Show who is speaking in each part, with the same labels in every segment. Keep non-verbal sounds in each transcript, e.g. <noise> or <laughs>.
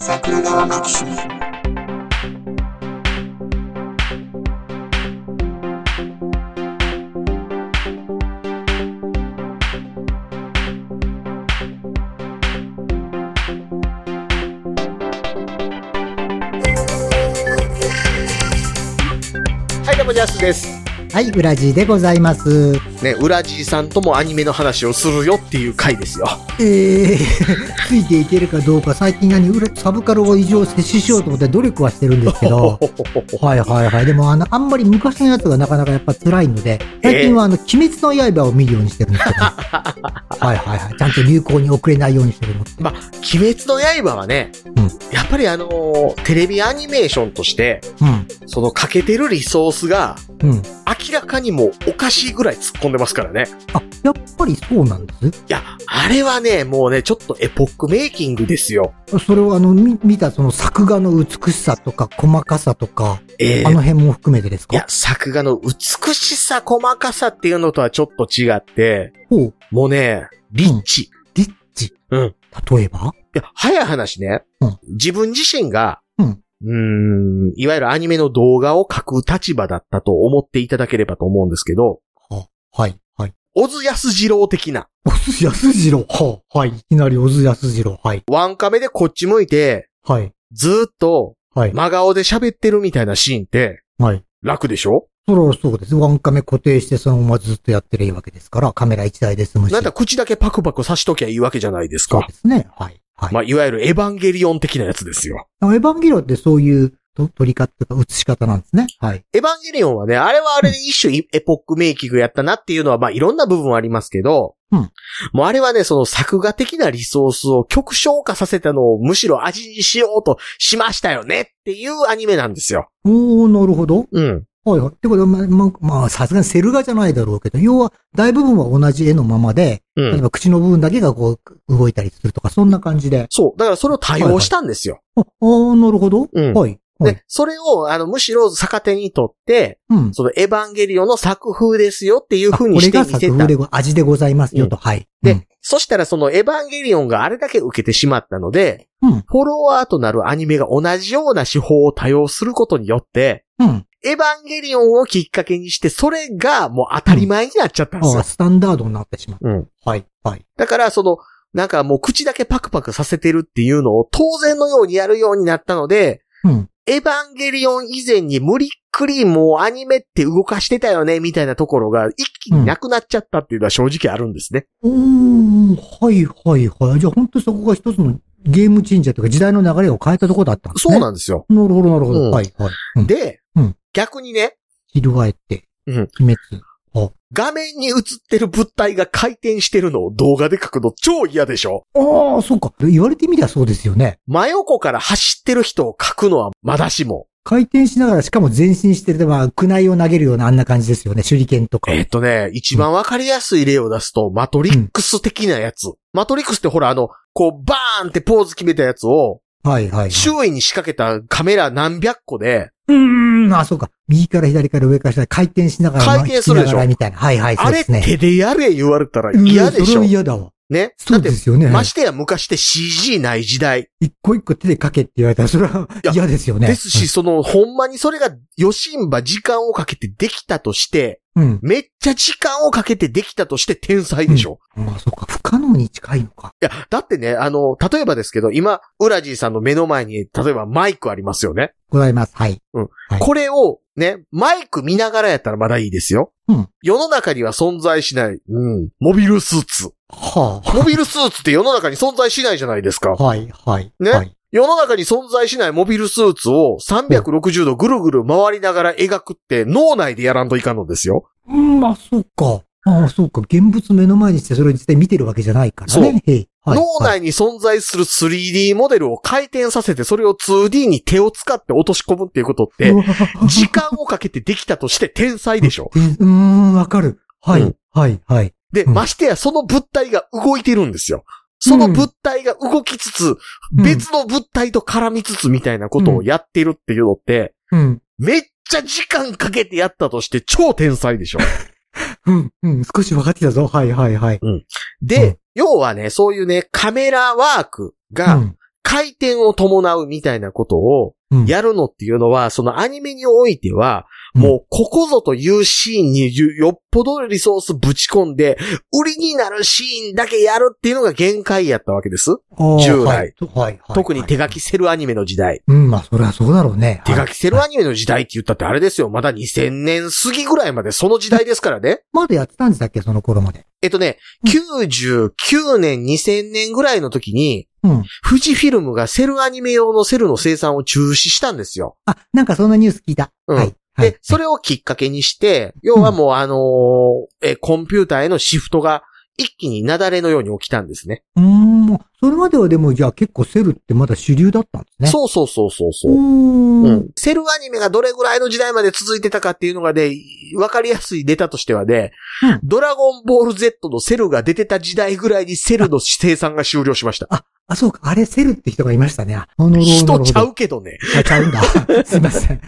Speaker 1: 桜川マキシム
Speaker 2: はい、どうもジャスです。
Speaker 3: はい、ウラジーでございます。
Speaker 2: ね、ウラジーさんともアニメの話をするよっていう回ですよ。
Speaker 3: えー、 <laughs> ついていけるかどうか、最近何、ウラサブカルを異常摂取しようと思って努力はしてるんですけ
Speaker 2: <laughs>
Speaker 3: ど、はいはいはい。でも、あの、あんまり昔のやつがなかなかやっぱ辛いので、最近はあの、鬼滅の刃を見るようにしてる
Speaker 2: <laughs>
Speaker 3: んですけど、はいはいはい。ちゃんと流行に遅れないようにしてるの。
Speaker 2: まあ、鬼滅の刃はね、
Speaker 3: うん
Speaker 2: やっぱりあのーテレビアニメーションとして、その欠けてるリソースが、
Speaker 3: うん、うん。
Speaker 2: 明らかにもうおかしいぐらい突っ込んでますからね。
Speaker 3: あ、やっぱりそうなんで
Speaker 2: い
Speaker 3: す
Speaker 2: や、あれはね、もうね、ちょっとエポックメイキングですよ。
Speaker 3: それをあの、み見たその作画の美しさとか、細かさとか、
Speaker 2: え
Speaker 3: あ
Speaker 2: ー
Speaker 3: の辺も含めてです
Speaker 2: いや
Speaker 3: か、
Speaker 2: 作画の美しさ、細かさっていうのとはちょっと違って、
Speaker 3: ほう、
Speaker 2: もうね、リッチ。
Speaker 3: リッチ。
Speaker 2: うん
Speaker 3: 例えば
Speaker 2: いや、早い話ね、
Speaker 3: うん
Speaker 2: 自分自身が、
Speaker 3: うん
Speaker 2: うーん、いわゆるアニメの動画を描く立場だったと思っていただければと思うんですけど、
Speaker 3: はい、はい。
Speaker 2: 小津安二郎的な、
Speaker 3: 小津安二郎。はあはい。いきなり小津安二郎。はい。
Speaker 2: ワンカメでこっち向いて、
Speaker 3: はい。
Speaker 2: ずーっと
Speaker 3: はい。
Speaker 2: 真顔で喋ってるみたいなシーンって、
Speaker 3: はい。
Speaker 2: 楽でしょ
Speaker 3: それはそうです。ワンカメ固定してそのままずっとやってりゃいいわけですから、カメラ1台で済むし。
Speaker 2: なんだ、口だけパクパクさしときゃいいわけじゃないです
Speaker 3: そう
Speaker 2: か
Speaker 3: で。すね。はい。はい。
Speaker 2: まあ、いわゆるエヴァンゲリオン的なやつですよ。
Speaker 3: エヴァンゲリオンってそういうと撮り方とか映し方なんですね。はい。
Speaker 2: エヴァンゲリオンはね、あれはあれで一種エポックメイキングやったなっていうのは、まあいろんな部分はありますけど、
Speaker 3: うん
Speaker 2: もうあれはね、その作画的なリソースを極小化させたのをむしろ味にしようとしましたよねっていうアニメなんですよ。
Speaker 3: おー、なるほど。
Speaker 2: うん。
Speaker 3: はいはい。ってことは、ま、ま、まあ、さすがにセル画じゃないだろうけど、要は、大部分は同じ絵のままで、
Speaker 2: う
Speaker 3: 例え
Speaker 2: ん。
Speaker 3: ば口の部分だけがこう、動いたりするとか、そんな感じで。
Speaker 2: そう。だからそれを多用したんですよ。
Speaker 3: あ、あーなるほど。
Speaker 2: うん
Speaker 3: はい。はい。
Speaker 2: で、それを、あの、むしろ逆手にとって、
Speaker 3: うん。
Speaker 2: そのエヴァンゲリオンの作風ですよっていう
Speaker 3: あこ
Speaker 2: 風
Speaker 3: れ
Speaker 2: にして
Speaker 3: が
Speaker 2: 見せ
Speaker 3: 作
Speaker 2: た
Speaker 3: 風。でご味でございますよと、はい。う
Speaker 2: で
Speaker 3: ん、
Speaker 2: そしたらそのエヴァンゲリオンがあれだけ受けてしまったので、
Speaker 3: うん
Speaker 2: フォロワーとなるアニメが同じような手法を多用することによって、
Speaker 3: うん。
Speaker 2: エヴァンゲリオンをきっかけにして、それがもう当たり前になっちゃったんです
Speaker 3: あ
Speaker 2: よ
Speaker 3: あ、。スタンダードになってしまう。
Speaker 2: うん。
Speaker 3: はい、はい。
Speaker 2: だから、その、なんかもう口だけパクパクさせてるっていうのを当然のようにやるようになったので、
Speaker 3: うん。
Speaker 2: エヴァンゲリオン以前に無理っくりもうアニメって動かしてたよね、みたいなところが一気になくなっちゃったっていうのは正直あるんですね。
Speaker 3: うーん、はい、はい、はい。じゃあ本当にそこが一つのゲームチェンジャーというか時代の流れを変えたところだったんですね。
Speaker 2: そうんなんですよ。
Speaker 3: なるほど、なるほど。
Speaker 2: うん
Speaker 3: はい、はい。うん、で、
Speaker 2: で、
Speaker 3: うん
Speaker 2: 逆にね、
Speaker 3: 翻って、
Speaker 2: うん
Speaker 3: 鬼滅。
Speaker 2: 画面に映ってる物体が回転してるのを動画で描くの超嫌でしょ
Speaker 3: ああ、そうか。言われてみりゃそうですよね。
Speaker 2: 真横から走ってる人を描くのはまだしも。
Speaker 3: 回転しながら、しかも前進してる、まあ、kunai を投げるようなあんな感じですよね。手裏剣とか。
Speaker 2: えっ、とね、一番わかりやすい例を出すと、マトリックス的なやつ。マトリックスってほらあの、こうバーンってポーズ決めたやつを、
Speaker 3: はい、はい。
Speaker 2: 周囲に仕掛けたカメラ何百個で、
Speaker 3: うーん、あ、そうか。右から左から上から下で回転しながら、
Speaker 2: 回転するでしょ
Speaker 3: 引きながらみたいな。はいはい、そ
Speaker 2: あ
Speaker 3: うで
Speaker 2: れ
Speaker 3: すね。
Speaker 2: 手でやれ言われたら
Speaker 3: うん
Speaker 2: 嫌で
Speaker 3: そ
Speaker 2: し
Speaker 3: れ
Speaker 2: ょ
Speaker 3: は嫌だわ。
Speaker 2: ね。だ
Speaker 3: そう
Speaker 2: って
Speaker 3: で、すよね。
Speaker 2: ましてや昔って CG ない時代。
Speaker 3: 一個一個手で書けって言われたら、それはい
Speaker 2: や
Speaker 3: 嫌ですよね。
Speaker 2: ですし、その、ほんまにそれが、余震場時間をかけてできたとして、
Speaker 3: うん。
Speaker 2: めっちゃ時間をかけてできたとして天才でしょ、
Speaker 3: うん。まあ、そうか。不可能に近いのか。
Speaker 2: いや、だってね、あの、例えばですけど、今、ウラジーさんの目の前に、例えばマイクありますよね。
Speaker 3: ございます。はい。はい
Speaker 2: これを、ね、マイク見ながらやったらまだいいですよ。
Speaker 3: うん
Speaker 2: 世の中には存在しない、うん、モビルスー
Speaker 3: <laughs>
Speaker 2: ツ。
Speaker 3: は
Speaker 2: モビルスーツって世の中に存在しないじゃないですか
Speaker 3: あ。。はい、はい。
Speaker 2: ね
Speaker 3: はい。
Speaker 2: 世の中に存在しないモビルスーツを360度ぐるぐる回りながら描くって脳内でやらんといかんのですよ。
Speaker 3: うん、まあ、そうか。ああ、そうか。現物目の前にして、それを実際見てるわけじゃないからね。へいはい。
Speaker 2: 脳
Speaker 3: はい
Speaker 2: 内に存在する 3D モデルを回転させて、それを 2D に手を使って落とし込むっていうことって
Speaker 3: う、わー
Speaker 2: 時間をかけてできたとして天才でし
Speaker 3: <laughs>
Speaker 2: ょ。
Speaker 3: えうーん、わかる。
Speaker 2: う
Speaker 3: は
Speaker 2: ん
Speaker 3: い、はい、はい。
Speaker 2: で、
Speaker 3: うん
Speaker 2: ましてやその物体が動いてるんですよ。その物体が動きつつ、
Speaker 3: うん
Speaker 2: 別の物体と絡みつつみたいなことをやってるっていうのって、
Speaker 3: うん。
Speaker 2: めっちゃ時間かけてやったとして超天才でしょ。
Speaker 3: うん、うん。少し分かってきたぞ。はい、はい、はい。
Speaker 2: で、
Speaker 3: うん
Speaker 2: 要はね、そういうね、カメラワーク
Speaker 3: う
Speaker 2: が
Speaker 3: ん。
Speaker 2: 回転を伴うみたいなことを
Speaker 3: うん
Speaker 2: やるのっていうのは、そのアニメにおいては、
Speaker 3: うん
Speaker 2: もうここぞというシーンによよっぽどリソースぶち込んで、売りになるシーンだけやるっていうのが限界やったわけです。従来
Speaker 3: はいとはいはい
Speaker 2: 特に手書きセルアニメの時代。
Speaker 3: うん、まあ、それはそうだろうね。
Speaker 2: 手
Speaker 3: は
Speaker 2: 書
Speaker 3: い
Speaker 2: きセルアニメの時代って言ったってあれですよ。まだ2000年過ぎぐらいまでその時代ですからね。
Speaker 3: まだやってたんでしたっけ、その頃まで。
Speaker 2: えっとね、99年、2000年ぐらいの時に、
Speaker 3: うん。
Speaker 2: 富士フィルムがセルアニメ用のセルの生産を中止したんですよ。
Speaker 3: あ、なんかそんなニュース聞いた。
Speaker 2: うん
Speaker 3: はい。はい
Speaker 2: で、それをきっかけにして、要はもうあのーえ、コンピューターへのシフトが一気に雪崩のように起きたんですね。
Speaker 3: うーん。それまではでも、じゃあ結構セルってまだ主流だったんですね。
Speaker 2: そうそうそうそうそうう。
Speaker 3: ーん。
Speaker 2: うん、セルアニメがどれぐらいの時代まで続いてたかっていうのがね、わかりやすいデータとしてはね、
Speaker 3: うん
Speaker 2: ドラゴンボール Z のセルが出てた時代ぐらいにセルの生産が終了しました。
Speaker 3: あ、そうか。あれ、セルって人がいましたね。あなるほど
Speaker 2: 人ちゃ。
Speaker 3: なる
Speaker 2: うけどね。
Speaker 3: ほどあちゃう
Speaker 2: <laughs>
Speaker 3: んだ。すいません。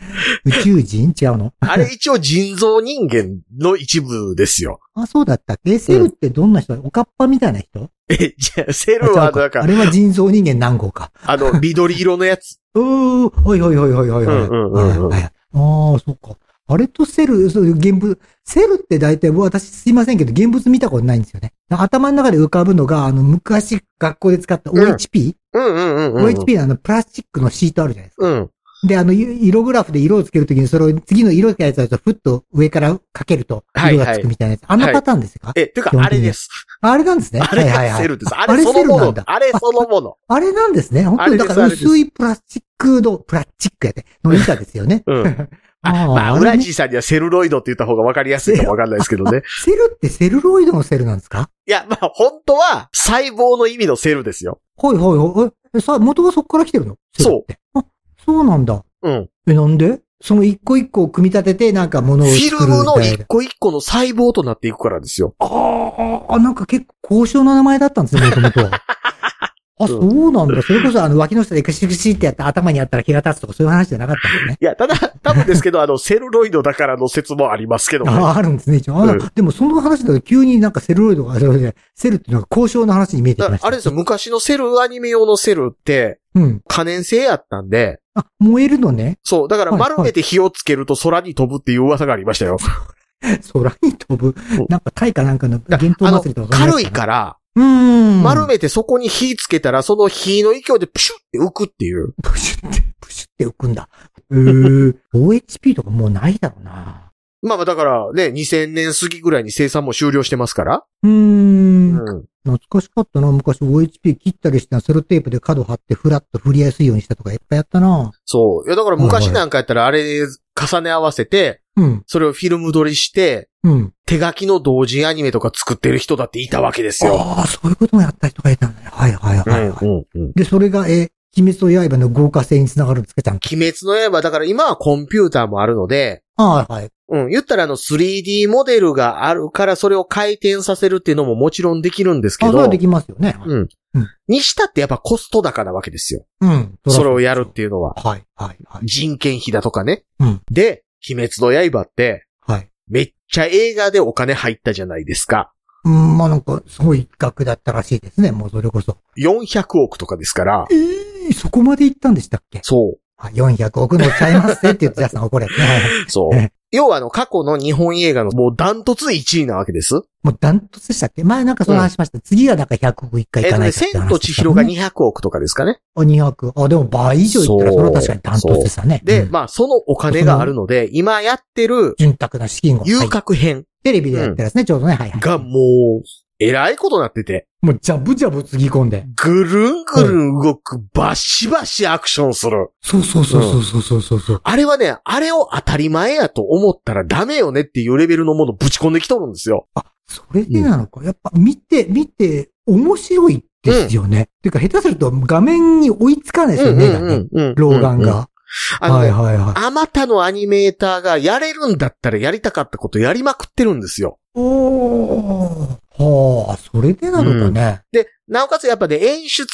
Speaker 3: 宇宙人違うの
Speaker 2: あれ一応人造人間の一部ですよ。
Speaker 3: あ、そうだったっけセルってどんな人、おかっぱみたいな人
Speaker 2: え、じゃあ、セ
Speaker 3: あ
Speaker 2: ル
Speaker 3: ちゃ
Speaker 2: は
Speaker 3: うか
Speaker 2: なん
Speaker 3: あ
Speaker 2: か、
Speaker 3: れは人造人間何号か。
Speaker 2: あの、緑色のやつ。
Speaker 3: うー、はいはいはいはいはいはい。
Speaker 2: うんうんうんうん
Speaker 3: はいはいああ、そっか。あれとセル、そういう現物、セルって大体、私すいませんけど、現物見たことないんですよね。頭の中で浮かぶのが、あの、昔学校で使った
Speaker 2: うん
Speaker 3: OHP?OHP、
Speaker 2: うんうんうんうん。
Speaker 3: OHP のあの、プラスチックのシートあるじゃないですか。
Speaker 2: うん。
Speaker 3: で、あの、ゆ色グラフで色をつけるときに、それを次の色つけたやつだと、ふっと上からかけると、
Speaker 2: はい
Speaker 3: 色
Speaker 2: はい
Speaker 3: がつくみたいなやつ。あんなパターンですか、
Speaker 2: え、てか
Speaker 3: 基、本
Speaker 2: あ
Speaker 3: 的に
Speaker 2: れです。
Speaker 3: あれなんですね。
Speaker 2: あれがセルです。あれその
Speaker 3: セル
Speaker 2: も
Speaker 3: なん
Speaker 2: の
Speaker 3: だ。。
Speaker 2: あれその
Speaker 3: <laughs>
Speaker 2: もの。
Speaker 3: あれなんですね。本
Speaker 2: あ
Speaker 3: 当
Speaker 2: れ
Speaker 3: に、
Speaker 2: で
Speaker 3: だ
Speaker 2: す
Speaker 3: から
Speaker 2: あれです。
Speaker 3: 薄いプラスチックの、プラスチックやで、の板ですよね
Speaker 2: うん。
Speaker 3: あー
Speaker 2: <laughs> まあ、
Speaker 3: あれね
Speaker 2: ウラジーさんにはセルロイドって言った方が分かりやすいかも分かんないですけど
Speaker 3: <laughs>
Speaker 2: ね。
Speaker 3: セルってセルロイドのセルなんですか
Speaker 2: いや、まあ、本当は、細胞の意味のセルですよ。
Speaker 3: はいはいはい。ええ、さ、元がそこから来てるの
Speaker 2: そう
Speaker 3: う。あ、そうなんだ。
Speaker 2: うん。
Speaker 3: え、なんでその一個一個を組み立てて、なんか
Speaker 2: フ
Speaker 3: 物を
Speaker 2: ィル
Speaker 3: 作る
Speaker 2: ム
Speaker 3: み
Speaker 2: の
Speaker 3: たい
Speaker 2: 一
Speaker 3: な。
Speaker 2: 個一個の細胞となっていくからですよ。
Speaker 3: ああ、なんか結構高尚な名前だった
Speaker 2: <laughs>
Speaker 3: んですね、もともとは。あ、そうなんだ。それこそ、あの、脇の下でクシクシってやって頭にやったら毛が立つとかそういう話じゃなかったんですね。
Speaker 2: いや、ただ、多分ですけ
Speaker 3: <laughs>
Speaker 2: ど、あの、セルロイドだからの説もありますけどね。
Speaker 3: ああ、あるんですね、一応。あ
Speaker 2: うん
Speaker 3: でも、その話だと急になんかセルロイドが、セルロイドじゃないセルっていうのが交渉の話に見えて
Speaker 2: だ
Speaker 3: き
Speaker 2: か
Speaker 3: ま
Speaker 2: ら
Speaker 3: した。
Speaker 2: あれですよ、昔のセルアニメ用のセルって、
Speaker 3: うん。
Speaker 2: 可燃性やったんで、
Speaker 3: あ、燃えるのね。
Speaker 2: そう、だから
Speaker 3: はいはい
Speaker 2: 丸めて火をつけると空に飛ぶっていう噂がありましたよ。
Speaker 3: 空に飛ぶ
Speaker 2: そう。
Speaker 3: なんか、タイかなんかの伝
Speaker 2: あ
Speaker 3: 統
Speaker 2: の
Speaker 3: 祭りと、かそんなやつ
Speaker 2: 軽いから、
Speaker 3: うーん。
Speaker 2: 丸めてそこに火つけたら、その火の勢いでプシュって浮くっていう。
Speaker 3: プシュって、プシュって浮くんだ。えー、OHP とかもうないだろうな。
Speaker 2: まあまあだからね、2000年過ぎぐらいに生産も終了してますから。
Speaker 3: うー。
Speaker 2: うんん。
Speaker 3: 懐かしかったな。昔 OHP 切ったりしてセロテープで角貼ってフラッと振りやすいようにしたとかいっぱいやったな。
Speaker 2: そう。いやだから昔なんかやったらあれ重ね合わせて、
Speaker 3: うん。
Speaker 2: それをフィルム撮りして、
Speaker 3: うん。
Speaker 2: 手書きの同人アニメとか作ってる人だっていたわけですよ。
Speaker 3: ああ、そういうこともやった人がいたんだね。はいはいは
Speaker 2: うん
Speaker 3: い、は
Speaker 2: う
Speaker 3: い。
Speaker 2: んうん。
Speaker 3: で、それが、えー、鬼滅の刃の豪華性につながるんですか、ちゃんと。
Speaker 2: 鬼滅の刃、だから今はコンピューターもあるので、
Speaker 3: ああ、はい。
Speaker 2: うん、言ったらあの 3D モデルがあるからそれを回転させるっていうのももちろんできるんですけ
Speaker 3: あそれ
Speaker 2: ど
Speaker 3: は、できますよね。
Speaker 2: うん
Speaker 3: うん。
Speaker 2: にしたってやっぱコスト高なわけですよ。
Speaker 3: うん。
Speaker 2: それをやるっていうのは。
Speaker 3: はい、はい、はい。
Speaker 2: 人件費だとかね。
Speaker 3: うん
Speaker 2: で、鬼滅の刃って、
Speaker 3: はい。
Speaker 2: めっちゃ映画でお金入ったじゃないですか。
Speaker 3: うん、まあなんか、すごい額だったらしいですね。もうそれこそ。
Speaker 2: 400億とかですから。
Speaker 3: ええそこまで行ったんでしたっけ
Speaker 2: そ、
Speaker 3: あ、400億乗っちゃいますねって言ってたやつが怒るやつね。はいはいう
Speaker 2: そう
Speaker 3: え。
Speaker 2: 要はあの過去の日本映画のもうダントツ1位なわけです。
Speaker 3: もうダントツでしたっけ前なんかその話しました。次がなんか100億一回
Speaker 2: えっ
Speaker 3: 行か
Speaker 2: と
Speaker 3: な
Speaker 2: ね、
Speaker 3: いとって
Speaker 2: 千
Speaker 3: 話
Speaker 2: と
Speaker 3: で
Speaker 2: 千
Speaker 3: した
Speaker 2: 尋
Speaker 3: ね
Speaker 2: が200億とかですかね。
Speaker 3: あ、200。あ、でも倍以上行ったら、それは確かにダントツですよね。
Speaker 2: で、
Speaker 3: うん
Speaker 2: まあそのお金があるので、今やってる
Speaker 3: 潤沢な資金を。は
Speaker 2: 遊
Speaker 3: い
Speaker 2: 郭編
Speaker 3: テレビでやってるやつね、ちょうどね。はいはい。
Speaker 2: がもう、えらいことなってて、
Speaker 3: もう、ジャブジャブつぎ込んで。
Speaker 2: ぐるんぐるん動く、バシバシアクションする。
Speaker 3: そうそうそうそうそうそうそう。
Speaker 2: あれはね、あれを当たり前やと思ったらダメよねっていうレベルのものぶち込んできとるんですよ。
Speaker 3: あ、それでなのか。やっぱ見て、見て、面白いですよね。っていうか、下手すると画面に追いつかないですよね、目がね。
Speaker 2: うん
Speaker 3: 老眼。が。
Speaker 2: あの
Speaker 3: は
Speaker 2: ね
Speaker 3: いはいはい。
Speaker 2: あまたのアニメーターがやれるんだったらやりたかったことやりまくってるんですよ。
Speaker 3: おー。はあ、それでなのかね。
Speaker 2: で、なおかつやっぱね、演出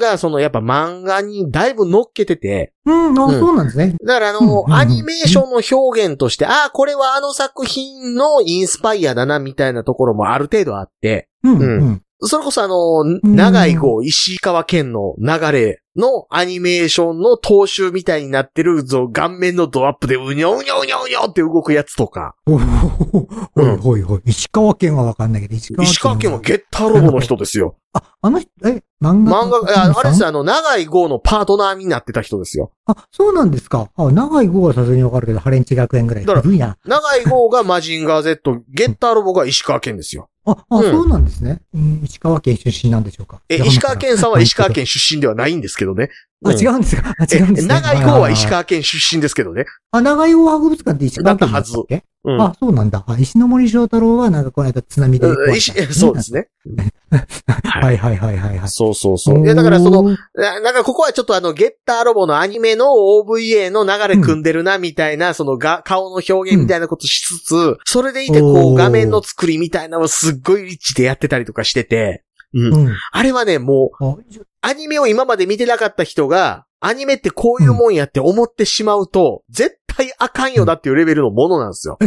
Speaker 2: がそのやっぱ漫画にだいぶ乗っけてて、
Speaker 3: うん、あ、
Speaker 2: うん
Speaker 3: そうなんですね。
Speaker 2: だからあ
Speaker 3: うんうん
Speaker 2: の
Speaker 3: う、ん
Speaker 2: アニメーションの表現として、ああ、これはあの作品のインスパイアだな、みたいなところもある程度あって、
Speaker 3: うん、
Speaker 2: う
Speaker 3: うんん。
Speaker 2: それこそあの、長い号、石川県の流れのアニメーションの踏襲みたいになってるぞ、顔面のドアップでうにょうにょうにょうにょって動くやつとか、
Speaker 3: ほいほいほい。石川県はわかんないけど、石川県。
Speaker 2: 石川県はゲッターロボの人ですよ。
Speaker 3: あ、あの人、え、 <laughs> 漫画
Speaker 2: 漫画、ああれですすあの、長井号のパートナーになってた人ですよ。
Speaker 3: あ、そうなんですか。あ、長い号はさすがにわかるけど、ハレンチ学園ぐらい。
Speaker 2: だから
Speaker 3: 古いな。
Speaker 2: 長井号がマジンガー Z、ゲッターロボが石川県ですよ。
Speaker 3: あ、あ、
Speaker 2: うん
Speaker 3: そうなんですね、うん。石川県出身なんでしょうか。
Speaker 2: え、
Speaker 3: 山
Speaker 2: 石
Speaker 3: から
Speaker 2: 川県さんは石川県出身ではないんですけどね。
Speaker 3: <laughs> あ、違
Speaker 2: う
Speaker 3: うんですか。あ、
Speaker 2: ん。
Speaker 3: 違うんです
Speaker 2: え
Speaker 3: ね。
Speaker 2: 長井号は石
Speaker 3: あ。
Speaker 2: 川県出身ですけどね。
Speaker 3: あ、長井号博物館って石川県だっけ
Speaker 2: うん。
Speaker 3: あ、そうなんだ。あ石ノ森章太郎はなんかこの間津波で壊れたん
Speaker 2: うん
Speaker 3: ね。
Speaker 2: 石そうですね。
Speaker 3: はいはいはいはいはい。
Speaker 2: そうそうそう。でだからその、
Speaker 3: の、
Speaker 2: ななんかここはちょっとあの、ゲッターロボのアニメの OVA の流れ組んでるな、みたいな、そのが、顔の表現みたいなことしつつ、それでいてこ
Speaker 3: お
Speaker 2: う、
Speaker 3: ー
Speaker 2: 画面の作りみたいなのをすっごいリッチでやってたりとかしてて、うん。
Speaker 3: うん。
Speaker 2: あれはね、もう、
Speaker 3: あ
Speaker 2: アニメを今まで見てなかった人が、アニメってこういうもんやって思ってしまうと、絶対あかんよなっていうレベルのものなんですよ。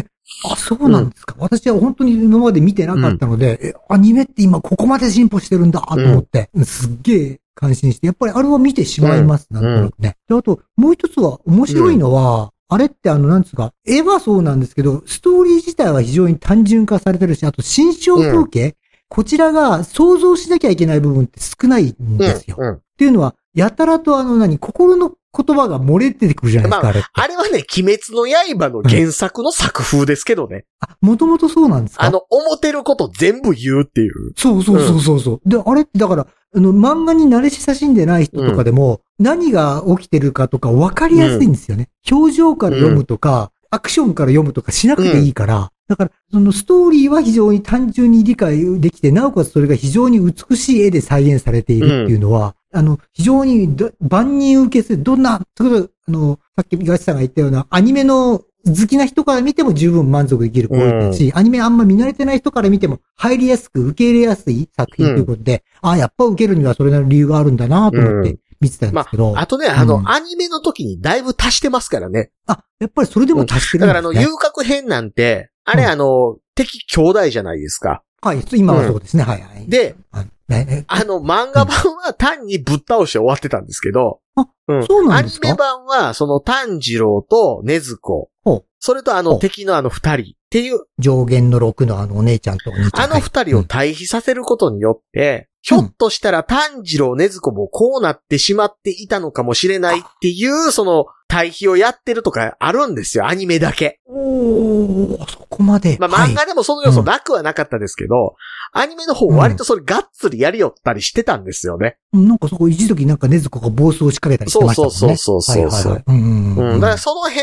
Speaker 3: あ、そうなんですか。私は本当に今まで見てなかったので、えアニメって今ここまで進歩してるんだと思って、すっげえ感心して、やっぱりあれは見てしまいます、なんとなくね。で、あと、もう一つは面白いのは、あれってあの、なんつうか、絵はそうなんですけど、ストーリー自体は非常に単純化されてるし、あと、心象風景、こちらが想像しなきゃいけない部分って少ないん
Speaker 2: うん
Speaker 3: ですよ。っ
Speaker 2: うん。
Speaker 3: ていうのは、やたらとあの何、心の言葉が漏れてくるじゃないですか、あれって。
Speaker 2: あれはね、鬼滅の刃の原作の作風ですけどね。
Speaker 3: あ、もともとそうなんですか
Speaker 2: あの、思ってること全部言うっていう。
Speaker 3: そうそうそうそうそう、で、あれってだから、あの、漫画に慣れ親しんでない人とかでも、何が起きてるかとか分かりやすいんですよね。表情から読むとか、アクションから読むとかしなくていいから、だから、そのストーリーは非常に単純に理解できて、なおかつそれが非常に美しい絵で再現されているっていうのは、あの、非常にど万人受けする、どんな、それこそあの、さっき東さんが言ったような、アニメの好きな人から見ても十分満足できる行為だし、アニメあんま見慣れてない人から見ても入りやすく受け入れやすい作品ということで、ああ、やっぱ受けるにはそれなりの理由があるんだなと思っ
Speaker 2: う
Speaker 3: て見てたんで
Speaker 2: ます
Speaker 3: けど、
Speaker 2: あ、あとね、あの、
Speaker 3: うん
Speaker 2: アニメの時にだいぶ足してますからね。
Speaker 3: あ、やっぱりそれでも達してる
Speaker 2: だか
Speaker 3: んです
Speaker 2: らあ
Speaker 3: ね。
Speaker 2: の、遊郭編なんて、あれ
Speaker 3: うん
Speaker 2: あの、敵兄弟じゃないですか。
Speaker 3: はい、今はそうですね、はいはい。
Speaker 2: で、
Speaker 3: あ、ねね
Speaker 2: あの、漫画版は単にぶっ倒して終わってたんですけど、
Speaker 3: あ
Speaker 2: うん
Speaker 3: そうなんですか
Speaker 2: アニメ版は、その炭治郎と禰豆子
Speaker 3: ほう、
Speaker 2: それとあ
Speaker 3: ほ
Speaker 2: の
Speaker 3: う
Speaker 2: 敵のあの二人っていう、
Speaker 3: 上限の6のあのお姉ちゃんとお兄ちゃん。
Speaker 2: あの
Speaker 3: はい
Speaker 2: 二人を対比させることによって、ひょっとしたら炭治郎、禰豆子もこうなってしまっていたのかもしれないっていう、その対比をやってるとかあるんですよ、アニメだけ。
Speaker 3: おー、そこまで。
Speaker 2: まあ、
Speaker 3: はい
Speaker 2: 漫画でもその要素なくはなかったですけど、アニメの方割とそれがっつりやりよったりしてたんですよね。
Speaker 3: なんかそこ一時なんかねずこが暴走を仕掛けたりしてましたもんね。
Speaker 2: そうそうそうそうそう
Speaker 3: はいはいはい。うんうん
Speaker 2: う。
Speaker 3: うんん。
Speaker 2: だからその辺、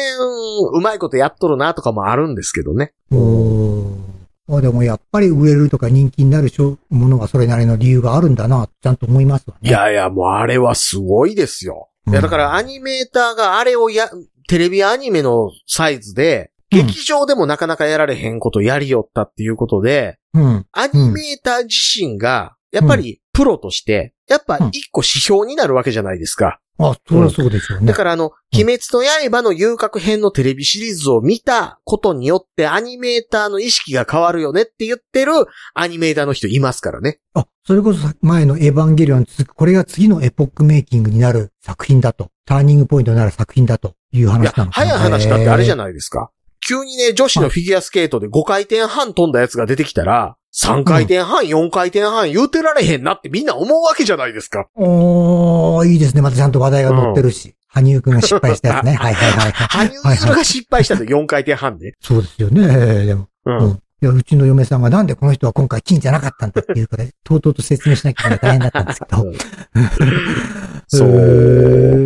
Speaker 2: うまいことやっとるなとかもあるんですけどね。
Speaker 3: おーまあでもやっぱり売れるとか人気になるしょものがそれなりの理由があるんだな、ちゃんと思いますわね。
Speaker 2: いやいや、もうあれはすごいですよ。
Speaker 3: うん
Speaker 2: いや、だからアニメーターがあれをや、テレビアニメのサイズで、
Speaker 3: うん
Speaker 2: 劇場でもなかなかやられへんことやりよったっていうことで、
Speaker 3: うん。
Speaker 2: アニメーター自身が、やっぱりプロとして、やっぱ一個指標になるわけじゃないですか。
Speaker 3: あ、そりゃそうでしょうね。
Speaker 2: だからあの、
Speaker 3: うん
Speaker 2: 鬼滅の刃の遊郭編のテレビシリーズを見たことによってアニメーターの意識が変わるよねって言ってるアニメーターの人いますからね。
Speaker 3: あ、それこそさ前のエヴァンゲリオンに続く、これが次のエポックメイキングになる作品だと、ターニングポイントになる作品だという
Speaker 2: いや
Speaker 3: 話な、のかな。
Speaker 2: 早い話だってあれじゃ
Speaker 3: ん。
Speaker 2: ないですか。急にね、女子のフィギュアスケートで5回転半飛んだやつが出てきたら、3回転半、4回転半言うてられへんなってみんな思うわけじゃないですか。
Speaker 3: おー、いいですね。またちゃんと話題が載ってるし。羽生くんが失敗した
Speaker 2: <laughs>
Speaker 3: やつね。はいはいはいは
Speaker 2: 羽
Speaker 3: い。
Speaker 2: 生結弦が失敗したと4回転半で。
Speaker 3: そうですよね。でも。
Speaker 2: う
Speaker 3: うん
Speaker 2: ん。。
Speaker 3: いや、うちの嫁さんがなんでこの人は今回金じゃなかったんだっていうから、
Speaker 2: <laughs>
Speaker 3: とうとうと説明しなきゃいけない大変だったんですけど。
Speaker 2: そう。
Speaker 3: へ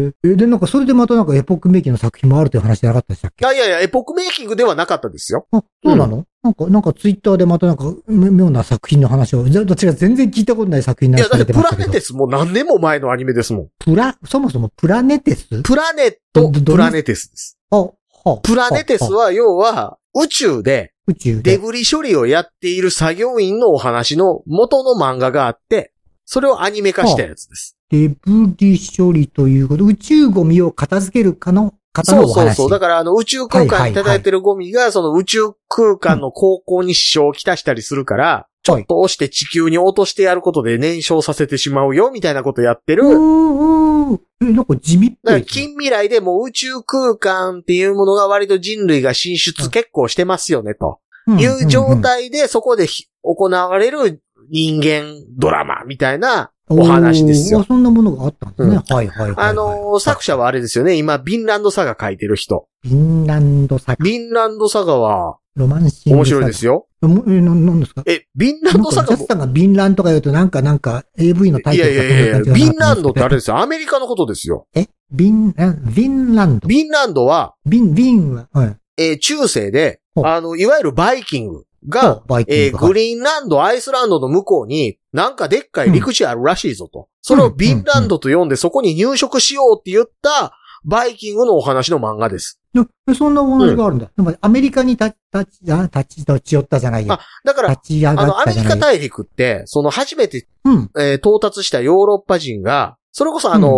Speaker 3: ー。え、で、なんかそれでまたなんかエポックメイキングの作品もあるという話じゃなかったでしたっ
Speaker 2: い
Speaker 3: けあ、
Speaker 2: やいやいや、エポックメイキングではなかったですよ。
Speaker 3: そうなの、なんか、なんかツイッターでまたなんかめ妙な作品の話を、ぜ私が全然聞いたことない作品の
Speaker 2: いや、
Speaker 3: 話
Speaker 2: だ
Speaker 3: さ
Speaker 2: っ
Speaker 3: れ
Speaker 2: て
Speaker 3: て
Speaker 2: プ
Speaker 3: ま
Speaker 2: ラ
Speaker 3: したけ
Speaker 2: ネ
Speaker 3: ど。
Speaker 2: テスも何年も前のアニメですもん。
Speaker 3: プラ、そもそもプラネテス
Speaker 2: プラネット、
Speaker 3: どど
Speaker 2: プラネテスです。
Speaker 3: あ、はあ、
Speaker 2: プラネテス
Speaker 3: ああ
Speaker 2: は要は宇宙で
Speaker 3: 宇宙
Speaker 2: デ
Speaker 3: で。
Speaker 2: ブリ処理をやっている作業員のお話の元の漫画があって、それをアニメ化したやつです。
Speaker 3: デブリ処理ということ、宇宙ゴミを片付けるかの、方の
Speaker 2: そ
Speaker 3: お
Speaker 2: う
Speaker 3: 話。
Speaker 2: そうそう。だからあの宇宙空間に漂ってるゴミがその宇宙空間の航行に支障をきたしたりするから、ちょっと押して地球に落としてやることで燃焼させてしまうよみたいなことやってる
Speaker 3: うんうんいう、え、なんか地味っぽ
Speaker 2: だ
Speaker 3: い
Speaker 2: から
Speaker 3: ですね。
Speaker 2: 近未来でもう宇宙空間っていうものが割と人類が進
Speaker 3: う
Speaker 2: 出
Speaker 3: ん
Speaker 2: 結構してますよね、と
Speaker 3: うん
Speaker 2: いう状。
Speaker 3: ん
Speaker 2: 態でそこでひ行われる人間ドラマみたいな、
Speaker 3: うん
Speaker 2: お話ですよ
Speaker 3: おーあそんなものがあったんですね。はいはいはいはい。
Speaker 2: あのー作者はあれですよね、今、ビンランドサガ書いてる人。
Speaker 3: フィンランド作、
Speaker 2: ビンランドサガは
Speaker 3: ロマンシング。
Speaker 2: 面白いです
Speaker 3: よ。
Speaker 2: よ。
Speaker 3: もえ、ななんですか
Speaker 2: え、ビンラ
Speaker 3: な
Speaker 2: ン
Speaker 3: ん
Speaker 2: ド
Speaker 3: かジ
Speaker 2: サガ
Speaker 3: ャス
Speaker 2: も、
Speaker 3: さんがビンランとか言うとなんか、なんか AV のタイ
Speaker 2: い
Speaker 3: ト
Speaker 2: や
Speaker 3: ル
Speaker 2: いやいやいや、ビンランドってあれ
Speaker 3: 誰
Speaker 2: ですよ。アメリカのことですよ。
Speaker 3: えビン、えビンランド。
Speaker 2: ビンランドは、
Speaker 3: ビン、ビンは、はい。
Speaker 2: えー中世で、
Speaker 3: ほう
Speaker 2: あの、いわゆるバイキングが、
Speaker 3: バイキン
Speaker 2: えー
Speaker 3: グ
Speaker 2: グリーンランド、アイスランドの向こうに、なんかでっかい陸地あるらしいぞと。それをビンランドと呼んで、そこに入植しようって言った、バイキングのお話の漫画です。
Speaker 3: でそんなお話があるんだ。でもアメリカに立ち、立ち、あ立ち、立ち寄ったじゃないよ
Speaker 2: あ。だから、
Speaker 3: 立ち上
Speaker 2: あ
Speaker 3: が
Speaker 2: の、
Speaker 3: っ
Speaker 2: ア
Speaker 3: た
Speaker 2: メ
Speaker 3: じ
Speaker 2: リ
Speaker 3: ゃない
Speaker 2: カ
Speaker 3: よ。
Speaker 2: 大陸って、その初めて、
Speaker 3: うん。
Speaker 2: えー到達したヨーロッパ人が、それこそあの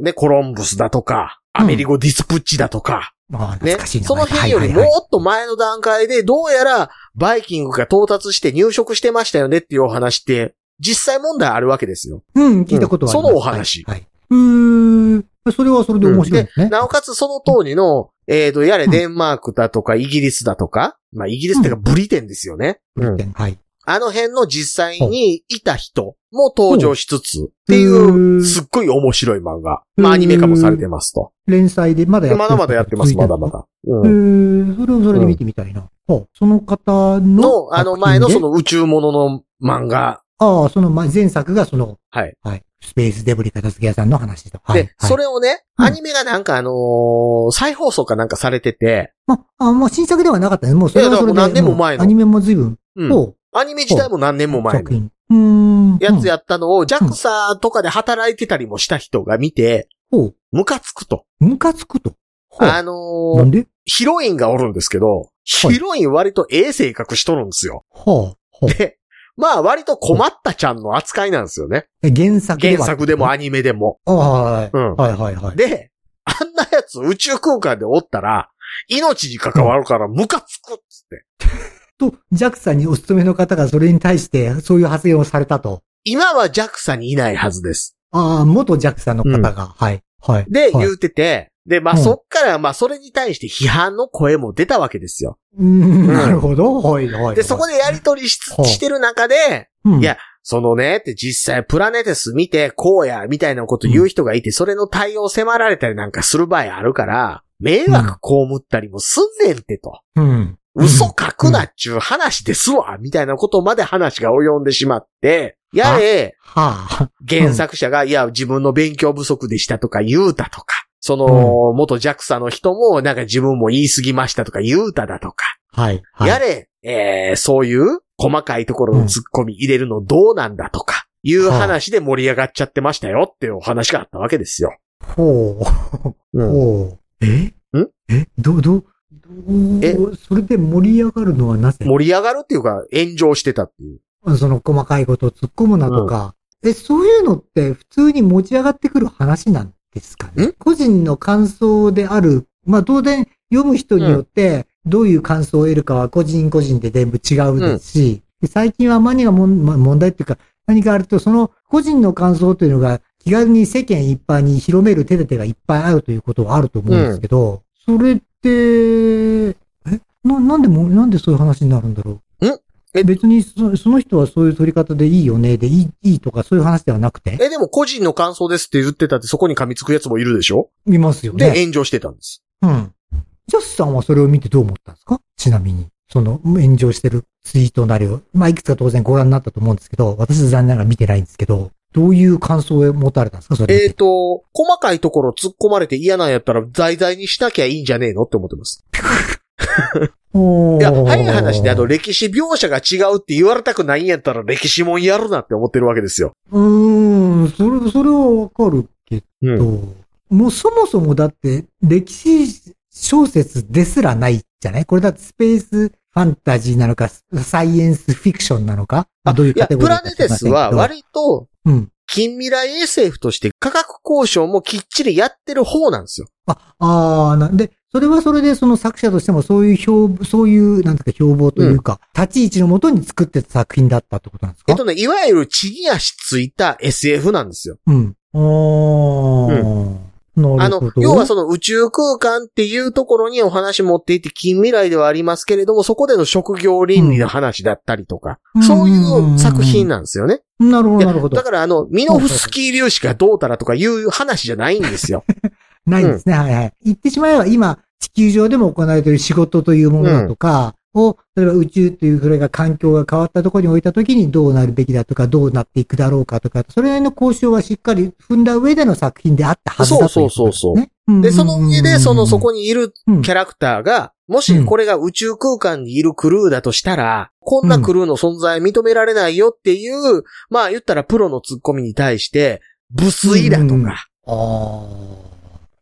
Speaker 2: ーね、コロンブスだとか、アメリゴ・ディスプッチだとか、
Speaker 3: ああ、
Speaker 2: ね
Speaker 3: 懐かしい、な。
Speaker 2: その辺より
Speaker 3: はいは
Speaker 2: も
Speaker 3: いはい
Speaker 2: っと前の段階で、どうやらバイキングが到達して入植してましたよねっていうお話って、実際問題あるわけですよ。
Speaker 3: うん、聞いたことはあります
Speaker 2: そのお話
Speaker 3: はい。はい、うーん。それはそれで面白いですね。
Speaker 2: なおかつその当時の、えーと、やれデンマークだとかイギリスだとか、まあイギリスってかブリテンですよね。うん
Speaker 3: はい。
Speaker 2: あの辺の実際にいた人も登場しつつっていうう、
Speaker 3: ん
Speaker 2: すっごい面白い漫画。まあアニメ化もされてますと。
Speaker 3: 連載でまだやって
Speaker 2: まだまだやってます、まだま。だ。
Speaker 3: え
Speaker 2: うん
Speaker 3: ー、それをそれで見てみたいな。ほうその方の。
Speaker 2: の、あの前のそ
Speaker 3: 作品で。
Speaker 2: の宇宙ものの漫画
Speaker 3: ああ、その前前作がその、
Speaker 2: はい。
Speaker 3: はい。スペースデブリ片付け屋さんの話と。はい。
Speaker 2: で、そ
Speaker 3: れ、
Speaker 2: れをね、
Speaker 3: うん
Speaker 2: アニメがなんかあのー再放送かなんかされてて、
Speaker 3: まあ、もう新作ではなかったね。もうそれはそれで。
Speaker 2: いやだからもう何年も前の
Speaker 3: うアニメも随分、
Speaker 2: うん
Speaker 3: と、
Speaker 2: アニメ自体も何年も前
Speaker 3: 作
Speaker 2: の
Speaker 3: 品。うーん。
Speaker 2: やつ
Speaker 3: や。
Speaker 2: やったのを、ジャクサとかで働いてたりもした人が見て、
Speaker 3: ほう。
Speaker 2: ムカつくと。
Speaker 3: ムカつくと。ほう
Speaker 2: あのー
Speaker 3: なんで
Speaker 2: ヒロインがおるんですけど、ヒロイン割とええ性格しとるんですよ。
Speaker 3: はあ。はあ
Speaker 2: で、まあ割と困ったちゃんの扱いなんですよね。
Speaker 3: え原作で
Speaker 2: 原
Speaker 3: は。
Speaker 2: 作でもアニメでも。
Speaker 3: ああはい。
Speaker 2: うん。
Speaker 3: はいはいはい。
Speaker 2: で、あんなやつ宇宙空間でおったら、命に関わるからムカつくっつって。
Speaker 3: と、ジャクさんにお勤めの方がそれに対してそういう発言をされたと。
Speaker 2: 今はジャクサにいないはずです。
Speaker 3: ああ、元ジャクさんの方が、はい。はい。
Speaker 2: で、
Speaker 3: はい
Speaker 2: 言うてて、で、まあ、
Speaker 3: うん
Speaker 2: そっから、まあ、それに対して批判の声も出たわけですよ。
Speaker 3: うん、なるほど。はい、はい。
Speaker 2: で、そこでやりとりしつ
Speaker 3: ほう
Speaker 2: してる中で、
Speaker 3: うん、
Speaker 2: いやそのね、って実際プラネテス見て、こうや、みたいなこと言う人がいて、それの対応迫られたりなんかする場合あるから、迷惑被ったりもすんねんってと。
Speaker 3: うん。
Speaker 2: 嘘書くなっちゅう話ですわ、みたいなことまで話が及んでしまって、やれ、
Speaker 3: はあ。
Speaker 2: 原作者が、いや、自分の勉強不足でしたとか言うたとか、その、元 JAXA の人も、なんか自分も言い過ぎましたとか言うただとか、
Speaker 3: はい。はい。
Speaker 2: やれ、えー、そういう細かいところの突っ込み入れるのどうなんだとか、いう話で盛り上がっちゃってましたよっていうお話があったわけですよ。
Speaker 3: ほう。ほう。え
Speaker 2: ん
Speaker 3: えどう、どう、どう、それで盛り上がるのはなぜ
Speaker 2: 盛り上がるっていうか、炎上してたっていう。
Speaker 3: その細かいことを突っ込むなとか。え、そういうのって普通に持ち上がってくる話なんですかね
Speaker 2: ん
Speaker 3: 個人の感想である。まあ当然読む人によってどういう感想を得るかは個人個人で全部違うですし、で最近は何がもん、まあ問題っていうか何かあるとその個人の感想というのが気軽に世間一般に広める手立てがいっぱいあるということはあると思うんですけど、それって、えな、なんでも、なんでそういう話になるんだろう
Speaker 2: え
Speaker 3: 別にそその人はそういう取り方でいいよね、でいいいいとかそういう話ではなくて、
Speaker 2: え、でも個人の感想ですって言ってたってそこに噛みつくやつもいるでしょ
Speaker 3: 見ますよ
Speaker 2: で、
Speaker 3: ね。
Speaker 2: 炎上してたんです。
Speaker 3: うん。ジャスさんはそれを見てどう思ったんですかちなみに。その炎上してるツイートなりを、まあ、いくつか当然ご覧になったと思うんですけど、私は残念ながら見てないんですけど、どういう感想を持たれたんですかそれ見
Speaker 2: え
Speaker 3: て。
Speaker 2: っ、と、細かいところ突っ込まれて嫌なんやったら、在々にしなきゃいいんじゃねえのって思ってます。
Speaker 3: おー
Speaker 2: いや、早い話で、あの、歴史描写が違うって言われたくないんやったら、歴史もんやるなって思ってるわけですよ。
Speaker 3: うーん、それ、それはわかるけ
Speaker 2: う
Speaker 3: ど、
Speaker 2: ん。
Speaker 3: もうそもそもだって歴史小説ですらないじゃないこれだってスペースファンタジーなのか、サイエンスフィクションなのかまあどういう
Speaker 2: いや、
Speaker 3: カテゴ
Speaker 2: プ
Speaker 3: リー
Speaker 2: ラ
Speaker 3: か
Speaker 2: ネテスは
Speaker 3: い。
Speaker 2: 割と、
Speaker 3: うん。
Speaker 2: 近未来 SF として価格交渉もきっちりやってる方なんですよ。
Speaker 3: あ、あーなんで、それはそれでその作者としてもそういう標、そういう、なんていうか標榜というか、立ち位置のもとに作ってた作品だったってことなんですか
Speaker 2: えっとね、いわゆる地に足ついた SF なんですよ。
Speaker 3: うん。おー。な
Speaker 2: あ
Speaker 3: る
Speaker 2: の
Speaker 3: ほ、ど。
Speaker 2: 要はその宇宙空間っていうところにお話持っていって近未来ではありますけれども、そこでの職業倫理の話だったりとか、
Speaker 3: うん
Speaker 2: そういう作品なんですよね。
Speaker 3: なるほど、
Speaker 2: で
Speaker 3: なるほど
Speaker 2: だ。からあの、ミノフスキー粒子がどうたらとかいう話じゃないんですよ。
Speaker 3: ないんですね。はいはい。言ってしまえば今、地球上でも行われている仕事というものだとか、を、例えば宇宙というそれが環境が変わったところに置いたときにどうなるべきだとか、どうなっていくだろうかとか、それなりの交渉はしっかり踏んだ上での作品であったはずだといことです
Speaker 2: そうそうそう
Speaker 3: ね。うんうんうん
Speaker 2: で、その上で、そのそこにいる
Speaker 3: うん
Speaker 2: キャラクターが、もしこれが宇宙空間にいるクルーだとしたら、こんなクルーの存在認められないよっていう、まあ言ったらプロのツッコミに対して、無粋だと
Speaker 3: うん
Speaker 2: か、
Speaker 3: あ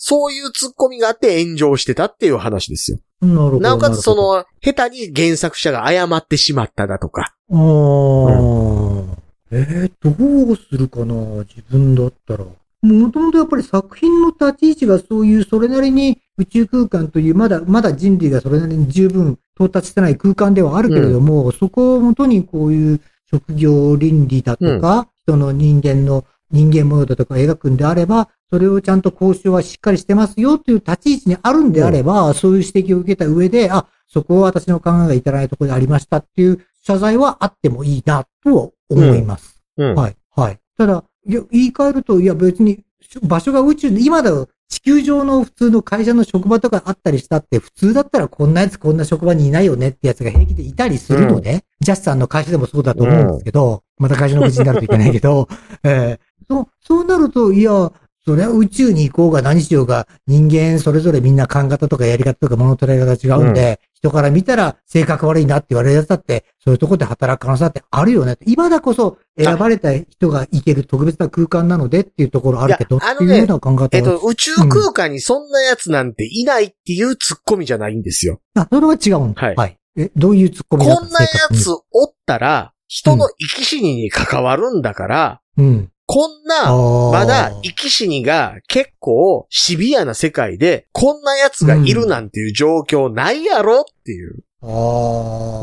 Speaker 2: そういうツッコミがあって炎上してたっていう話ですよ。
Speaker 3: あ。なるほど。
Speaker 2: なおかつそ
Speaker 3: な
Speaker 2: の、
Speaker 3: る
Speaker 2: 下手に原作者が謝ってしまっただとか。
Speaker 3: ほど、ああ。えー、どうするかな自分だったら。もともとやっぱり作品の立ち位置がそういうそれなりに宇宙空間というまだまだ人類がそれなりに十分到達してない空間ではあるけれども、そこをもとにこういう職業倫理だとか、人の人間の人間模様だとか描くんであれば、それをちゃんと交渉はしっかりしてますよという立ち位置にあるんであれば、そういう指摘を受けた上で、あ、そこは私の考えが至らないところでありましたっていう謝罪はあってもいいなとは思います。
Speaker 2: うん
Speaker 3: はい、はい。ただ、いや言い換えると、いや別に、し場所が宇宙で、今だと地球上の普通の会社の職場とかあったりしたって、普通だったらこんなやつこんな職場にいないよねってやつが平気でいたりするので、ジャスさんの会社でもそうだと思うんですけど、また会社の口になるといけないけど、 <laughs> えーそう、そうなると、いや、そりゃ宇宙に行こうが何しようが、人間それぞれみんな考え方とかやり方とか物の捉え方が違うんで、人から見たら性格悪いなって言われるやつだって、そういうとこで働く可能性だってあるよね。今だこそ選ばれた人が行ける特別な空間なのでっていうところあるけど、
Speaker 2: いやあ
Speaker 3: っ
Speaker 2: の
Speaker 3: て
Speaker 2: ね
Speaker 3: いうような考え方は
Speaker 2: えっと、宇宙空間にそんな奴なんていないっていうツッコミじゃないんですよ。
Speaker 3: あ、それは違うんだ。
Speaker 2: はい
Speaker 3: え、どういうツッコミだった
Speaker 2: こんなやつ
Speaker 3: 正
Speaker 2: おったら、人の生き死にに関わるんだから、
Speaker 3: 確にうん。
Speaker 2: こんな、ま
Speaker 3: ま
Speaker 2: だ生き死にが結構シビアな世界で、こんなやつがいるなんていう状況ないやろっていう。
Speaker 3: ああ、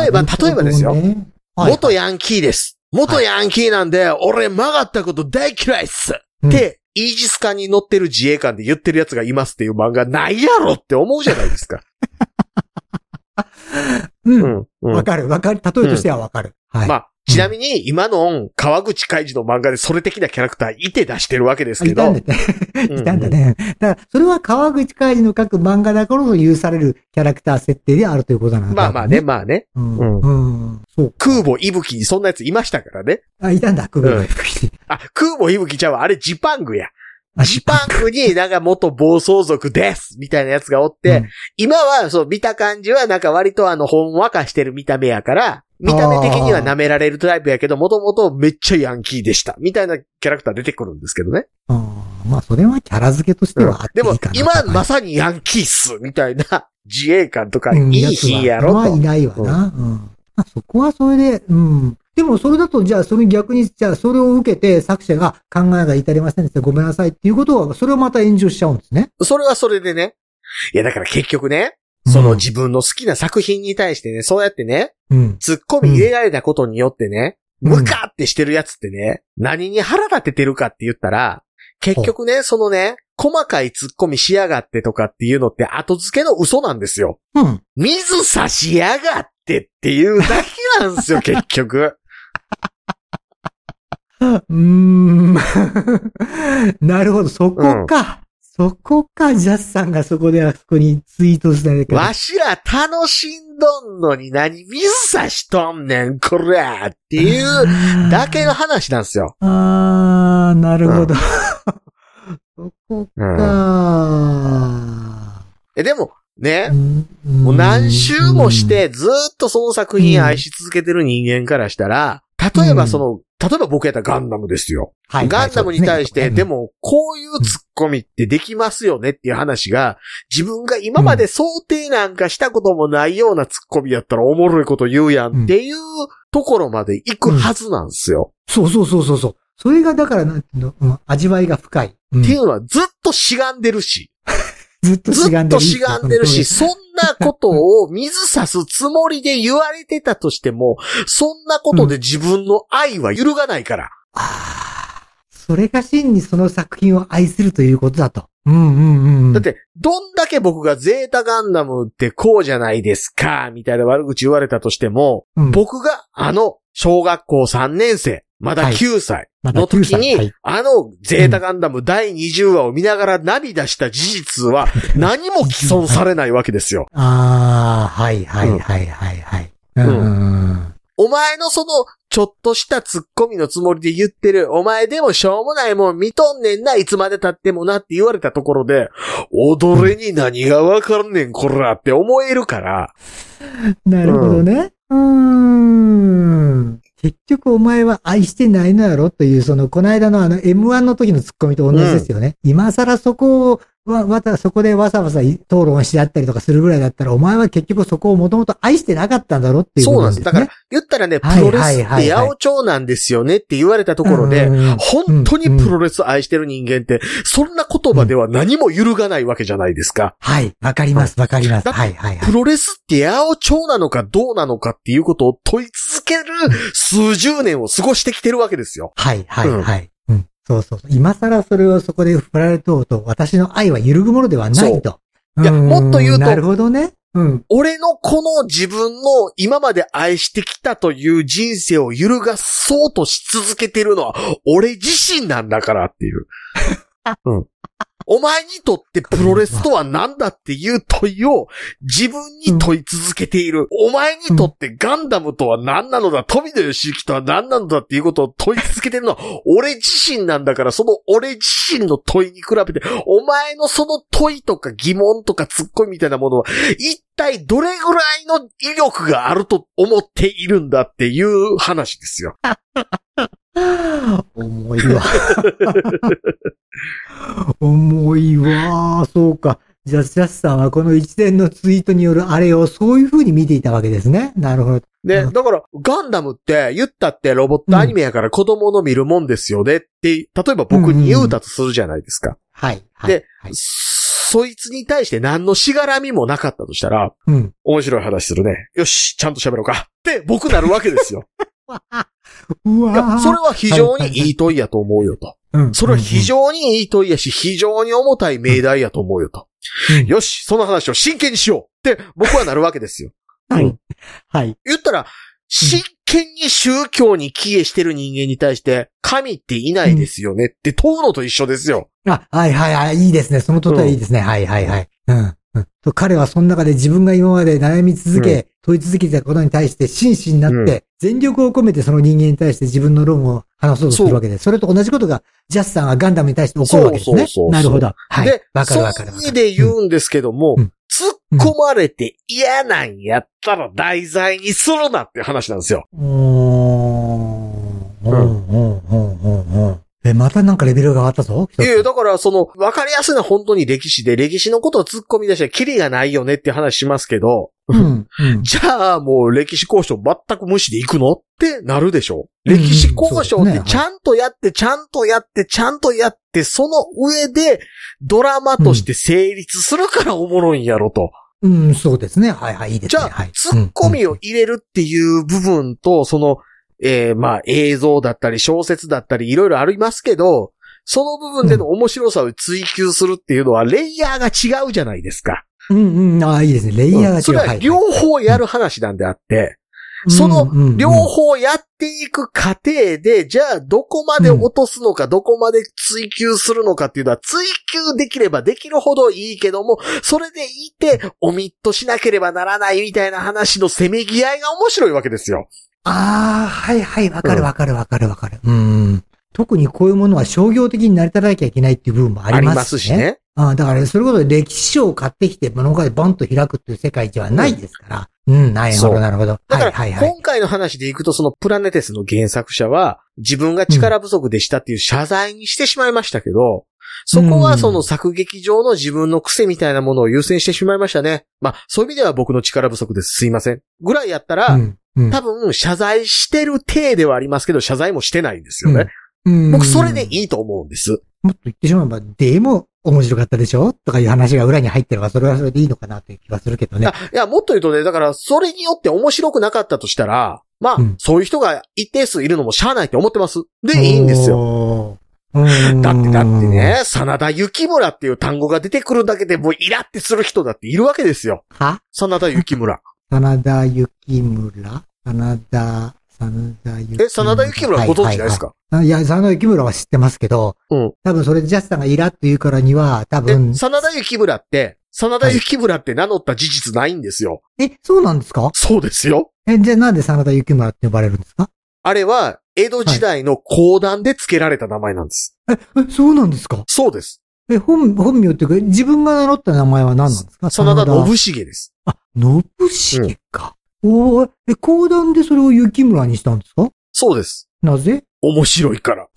Speaker 2: 例えば例えばですよ元
Speaker 3: や
Speaker 2: ヤンキーです。元ヤンキーなんで、俺曲がったこと大嫌いっす
Speaker 3: うん
Speaker 2: って、イージス艦に乗ってる自衛官で言ってるやつがいますっていう漫画ないやろって思うじゃないですか。
Speaker 3: うん。
Speaker 2: ん。うん
Speaker 3: わかる、わかる。例えとしてはわかる。はい。
Speaker 2: まあ、ちなみに今の川口海二の漫画でそれ的なキャラクターいて出してるわけですけ
Speaker 3: い
Speaker 2: ど。
Speaker 3: たんだね。
Speaker 2: うん
Speaker 3: いたんだね。だから、それは川口海二の書く漫画だからこそ許されるキャラクター設定であるということなんだ。
Speaker 2: まあまあね、。まあね。
Speaker 3: うん。
Speaker 2: う
Speaker 3: うん。そう。
Speaker 2: 空母息吹にそんなやついましたからね。
Speaker 3: あ、いたんだ、久保
Speaker 2: うん
Speaker 3: 井吹
Speaker 2: あ、空母息吹ちゃうわ。あれジパングや。
Speaker 3: あ
Speaker 2: ジパングになんか元暴走族ですみたいなやつがおって、
Speaker 3: うん
Speaker 2: 今はそう見た感じはなんか割とあの、ほんわかしてる見た目やから、見た目的には舐められるタイプやけど、もともとめっちゃヤンキーでした。みたいなキャラクター出てくるんですけどね。
Speaker 3: うんまあ、それはキャラ付けとしてはあってい
Speaker 2: で
Speaker 3: いか
Speaker 2: も
Speaker 3: なと、
Speaker 2: 今まさにヤンキーっすみたいな <laughs> 自衛官とか
Speaker 3: う
Speaker 2: い
Speaker 3: ん
Speaker 2: い
Speaker 3: つは
Speaker 2: 日やろ
Speaker 3: まあい
Speaker 2: と。
Speaker 3: ないわな。うん。まあ、そこはそれで、うん。でもそれだと、じゃあ、それ逆に、じゃあ、それを受けて作者が考えが至りませんでした。ごめんなさいっていうことは、それをまた炎上しちゃうんですね。
Speaker 2: それはそれでね。いやだから結局ね、その自分の好きな作品に対してね、そうやってね、
Speaker 3: うん。
Speaker 2: 突っ込み入れられたことによってね、ムカってしてるやつってね、何に腹立ててるかって言ったら、結局ね、そのね、細かい突っ込みしやがってとかっていうのって後付けの嘘なんですよ。
Speaker 3: うん。
Speaker 2: 水差しやがってっていうだけなんですよ、結局。
Speaker 3: うーん。 <laughs> なるほど、そこか。そこか、ジャスさんがそこであそこにツイートしないから。
Speaker 2: わしら楽しんどんのに何水差しとんねん、これっていうだけの話なんですよ。
Speaker 3: あー、なるほど。そこ
Speaker 2: うん
Speaker 3: か。
Speaker 2: えでも、ね、も
Speaker 3: も
Speaker 2: う何周もし、てずーっとその作品愛し続けてる人間からしたら、例えばその、例えば僕やったらガンダムですよ。
Speaker 3: はい
Speaker 2: ガンダムに対して、で、
Speaker 3: はい
Speaker 2: もこういうツッコミってできますよねっていう話が、自分が今まで想定なんかしたこともないようなツッコミやったらおもろいこと言うやんっていうところまで行くはずなんですよ。
Speaker 3: そうそうそうそうそう。それがだから、なんていうの、うん味わいが深い。うん
Speaker 2: っていうのはずっとしがんでるし、
Speaker 3: ずっと
Speaker 2: ず
Speaker 3: しが
Speaker 2: っ
Speaker 3: んで
Speaker 2: と
Speaker 3: る。
Speaker 2: しがんでるし、そんなことを水差すつもりで言われてたとしても、そんなことで自分の愛は揺るがないから。
Speaker 3: あーそれが真にその作品を愛するということだと。うんうんうん。
Speaker 2: だっ、て、どんだけ僕がゼータガンダムってこうじゃないですか、みたいな悪口言われたとしても、
Speaker 3: うん、
Speaker 2: 僕があの、小学校3年生、まだ
Speaker 3: はい
Speaker 2: 9歳
Speaker 3: まだ
Speaker 2: の時に、
Speaker 3: 9歳はい
Speaker 2: あの、ゼータガンダム第20話を見ながら涙した事実は、何も既存されないわけですよ。
Speaker 3: ああ、はいはいはいはいはい。うんん。
Speaker 2: お前のその、ちょっとしたツッコミのつもりで言ってる、お前でもしょうもないもん見とんねんな、いつまで経ってもなって言われたところで、踊れに何がわかんねん、こらって思えるから、
Speaker 3: なるほどね。うーん。結局お前は愛してないのやろという、その、この間のあの M1 の時のツッコミと同じですよね。今更そこを、わ、わた、そこでわざわざ討論し合ったりとかするぐらいだったら、お前は結局そこをもともと愛してなかったんだろっていう
Speaker 2: そう
Speaker 3: こと
Speaker 2: なん
Speaker 3: ね、
Speaker 2: です。だから、言ったらね、プ
Speaker 3: はい
Speaker 2: ロレスって
Speaker 3: はいはいはい
Speaker 2: 八百長なんですよねって言われたところで
Speaker 3: うんうんうん、
Speaker 2: 本当にプロレス愛してる人間って、そんな言葉では何も揺るがないわけじゃないですか。
Speaker 3: はい。わかります、わかります。
Speaker 2: だ
Speaker 3: はい、はい、は
Speaker 2: プ
Speaker 3: い。
Speaker 2: ロレスって八百長なのかどうなのかっていうことを問い続ける数十年を過ごしてきてるわけですよ。
Speaker 3: はい、は
Speaker 2: うん
Speaker 3: い、はい。うん。そうそうそう。今更それをそこで振られとうと、私の愛は揺るぐものではないと。
Speaker 2: ういや
Speaker 3: ーん
Speaker 2: もっと言うと
Speaker 3: なるほどね。
Speaker 2: <gasps>
Speaker 3: うん。
Speaker 2: 俺のこの自分の今まで愛してきたという人生を揺るがそうとし続けてるのは俺自身なんだからっていう。うんお前にとってプロレスとは何だっていう問いを自分に問い続けている。お前にとってガンダムとは何なのだ、富野義行とは何なのだっていうことを問い続けてるのは俺自身なんだから、その俺自身の問いに比べて、お前のその問いとか疑問とか突っ込みみたいなものは一体どれぐらいの威力があると思っているんだっていう話ですよ。
Speaker 3: 重いわ。 <laughs> 重いわ。そうか。じゃあ、ジャスさんはこの一連のツイートによるあれをそういう風に見ていたわけですね。なるほど。
Speaker 2: で、
Speaker 3: う
Speaker 2: だから、ガンダムって言ったってロボットアニメやから子供の見るもんですよねって、例えば僕に言うたとするじゃないですか。
Speaker 3: はい。はい
Speaker 2: で、
Speaker 3: はい、
Speaker 2: そいつに対して何のしがらみもなかったとしたら、
Speaker 3: うん。
Speaker 2: 面白い話するね。よし、ちゃんと喋ろうか。って僕なるわけですよ。
Speaker 3: う
Speaker 2: いや
Speaker 3: わ
Speaker 2: それは非常にいい問いやと思うよと。それは非
Speaker 3: 常
Speaker 2: 常にいい問いやし、非常に重たい命題やと思うよと。
Speaker 3: うん
Speaker 2: よし、その話を真剣にしようって僕はなるわけですよ。 <laughs>
Speaker 3: はい。はい。
Speaker 2: 言ったら、真剣に宗教に帰依してる人間に対して、神っていないですよねって問うのと一緒ですよ。
Speaker 3: あ、はいはいはい。いいですね。そのとはいいですね。はいはいはい。うん。うんと彼はその中で自分が今まで悩み続け、問い続けてたことに対して真摯になって、
Speaker 2: う
Speaker 3: 全力を込めてその人間に対して自分の論を話そうとするわけで、それと同じことが、ジャスさんはガンダムに対して起こるわけですね。
Speaker 2: そうそうそうそう
Speaker 3: なるほど。はい。
Speaker 2: で、
Speaker 3: わか
Speaker 2: そ
Speaker 3: る
Speaker 2: う
Speaker 3: わかるわ
Speaker 2: いう
Speaker 3: か
Speaker 2: 意
Speaker 3: る。
Speaker 2: 味で言うんですけども、
Speaker 3: うん
Speaker 2: 突っ込まれて嫌なんやったら題材にするなって話なんですよ。
Speaker 3: うーん。うん、うん、うん、うん、うん。え、またなんかレベルが上がったぞ。
Speaker 2: いやいやだからその、わかりやすいのは本当に歴史で、歴史のことを突っ込み出したらキリがないよねっていう話しますけど、
Speaker 3: うん、うん。
Speaker 2: じゃあもう歴史交渉全く無視で行くのってなるでしょ歴史交渉
Speaker 3: うん
Speaker 2: っ
Speaker 3: うんそうです
Speaker 2: て
Speaker 3: ね
Speaker 2: ちゃんとやって、ちゃんとやって、ちゃんとやって、その上でドラマとして成立するからおもろいんやろと。
Speaker 3: うん、そうですね。はいはい、いいです
Speaker 2: じゃ
Speaker 3: ね。は
Speaker 2: あ
Speaker 3: い、
Speaker 2: ツッコミを入れるっていう部分と、その、えーまあ映像だったり小説だったりいろいろありますけど、その部分での面白さを追求するっていうのはレイヤーが違うじゃないですか。
Speaker 3: うん、うん、ああ、いいですね。レイヤーが違う。
Speaker 2: それ
Speaker 3: は
Speaker 2: はい両方やる話なんであって、その
Speaker 3: うんうんうん
Speaker 2: 両方やっていく過程で、じゃあどこまで落とすのか、どこまで追求するのかっていうのは、追求できればできるほどいいけども、それでいて、オミットしなければならないみたいな話のせめぎ合いが面白いわけですよ。
Speaker 3: ああ、はいはい、わか
Speaker 2: う
Speaker 3: る
Speaker 2: ん
Speaker 3: わかるわかるわかる。うん。特にこういうものは商業的に成り立たなきゃいけないっていう部分もあ
Speaker 2: あ
Speaker 3: り
Speaker 2: り
Speaker 3: ま
Speaker 2: ますす
Speaker 3: し
Speaker 2: し
Speaker 3: ね。
Speaker 2: ね。
Speaker 3: ああだから、それこそ歴史書を買ってきて物がバンと開くっていう世界ではないですから。うん、なるほ
Speaker 2: そう
Speaker 3: ど、なるほど。
Speaker 2: だか
Speaker 3: は
Speaker 2: ら、
Speaker 3: いはいはい。
Speaker 2: 今回の話でいくと、そのプラネテスの原作者は、自分が力不足でしたっていう謝罪にしてしまいましたけど、そこはその作劇上の自分の癖みたいなものを優先してしまいましたね。まあ、そういう意味では僕の力不足です。すいません。ぐらいやったら、
Speaker 3: うんうん
Speaker 2: 多分謝罪してる体ではありますけど、謝罪もしてないんですよね。
Speaker 3: うん
Speaker 2: 僕、それでいいと思うんです。
Speaker 3: もっと言ってしまえば、でも面白かったでしょとかいう話が裏に入ってれば、それはそれでいいのかなという気はするけどね
Speaker 2: あ。いや、もっと言うとね、だから、それによって面白くなかったとしたら、まあ、
Speaker 3: うん
Speaker 2: そういう人が一定数いるのもしゃあないって思ってます。で、いいんですよ。
Speaker 3: よ。うん
Speaker 2: だってだってね、真田幸村っていう単語が出てくるだけでもうイラってする人だっているわけですよ。
Speaker 3: は
Speaker 2: 真田幸
Speaker 3: <laughs>
Speaker 2: 村。
Speaker 3: 真田幸村真田、真田幸村。
Speaker 2: え、真田幸村ご存知ないですか、
Speaker 3: はいはいはい、いや、真田幸村は知ってますけど、
Speaker 2: うん。
Speaker 3: 多分それジャスさんがイラッと言うからには、多分
Speaker 2: え、、真田幸村って、真田幸村って名乗った事実ないんですよ。
Speaker 3: え、そうなんですか
Speaker 2: そうですよ。
Speaker 3: え、じゃあなんで真田幸村って呼ばれるんですか
Speaker 2: あれは、江戸時代の講談で付けられた名前なんです。
Speaker 3: え、え、そうなんですか
Speaker 2: そうです。
Speaker 3: え、本、本名っていうか、自分が名乗った名前は何なんですか
Speaker 2: 真田信繁です。
Speaker 3: あ、信繁か。おおーえ、講談でそれを雪村にしたんですか
Speaker 2: そうです。
Speaker 3: なぜ
Speaker 2: 面白い
Speaker 3: <laughs>
Speaker 2: から。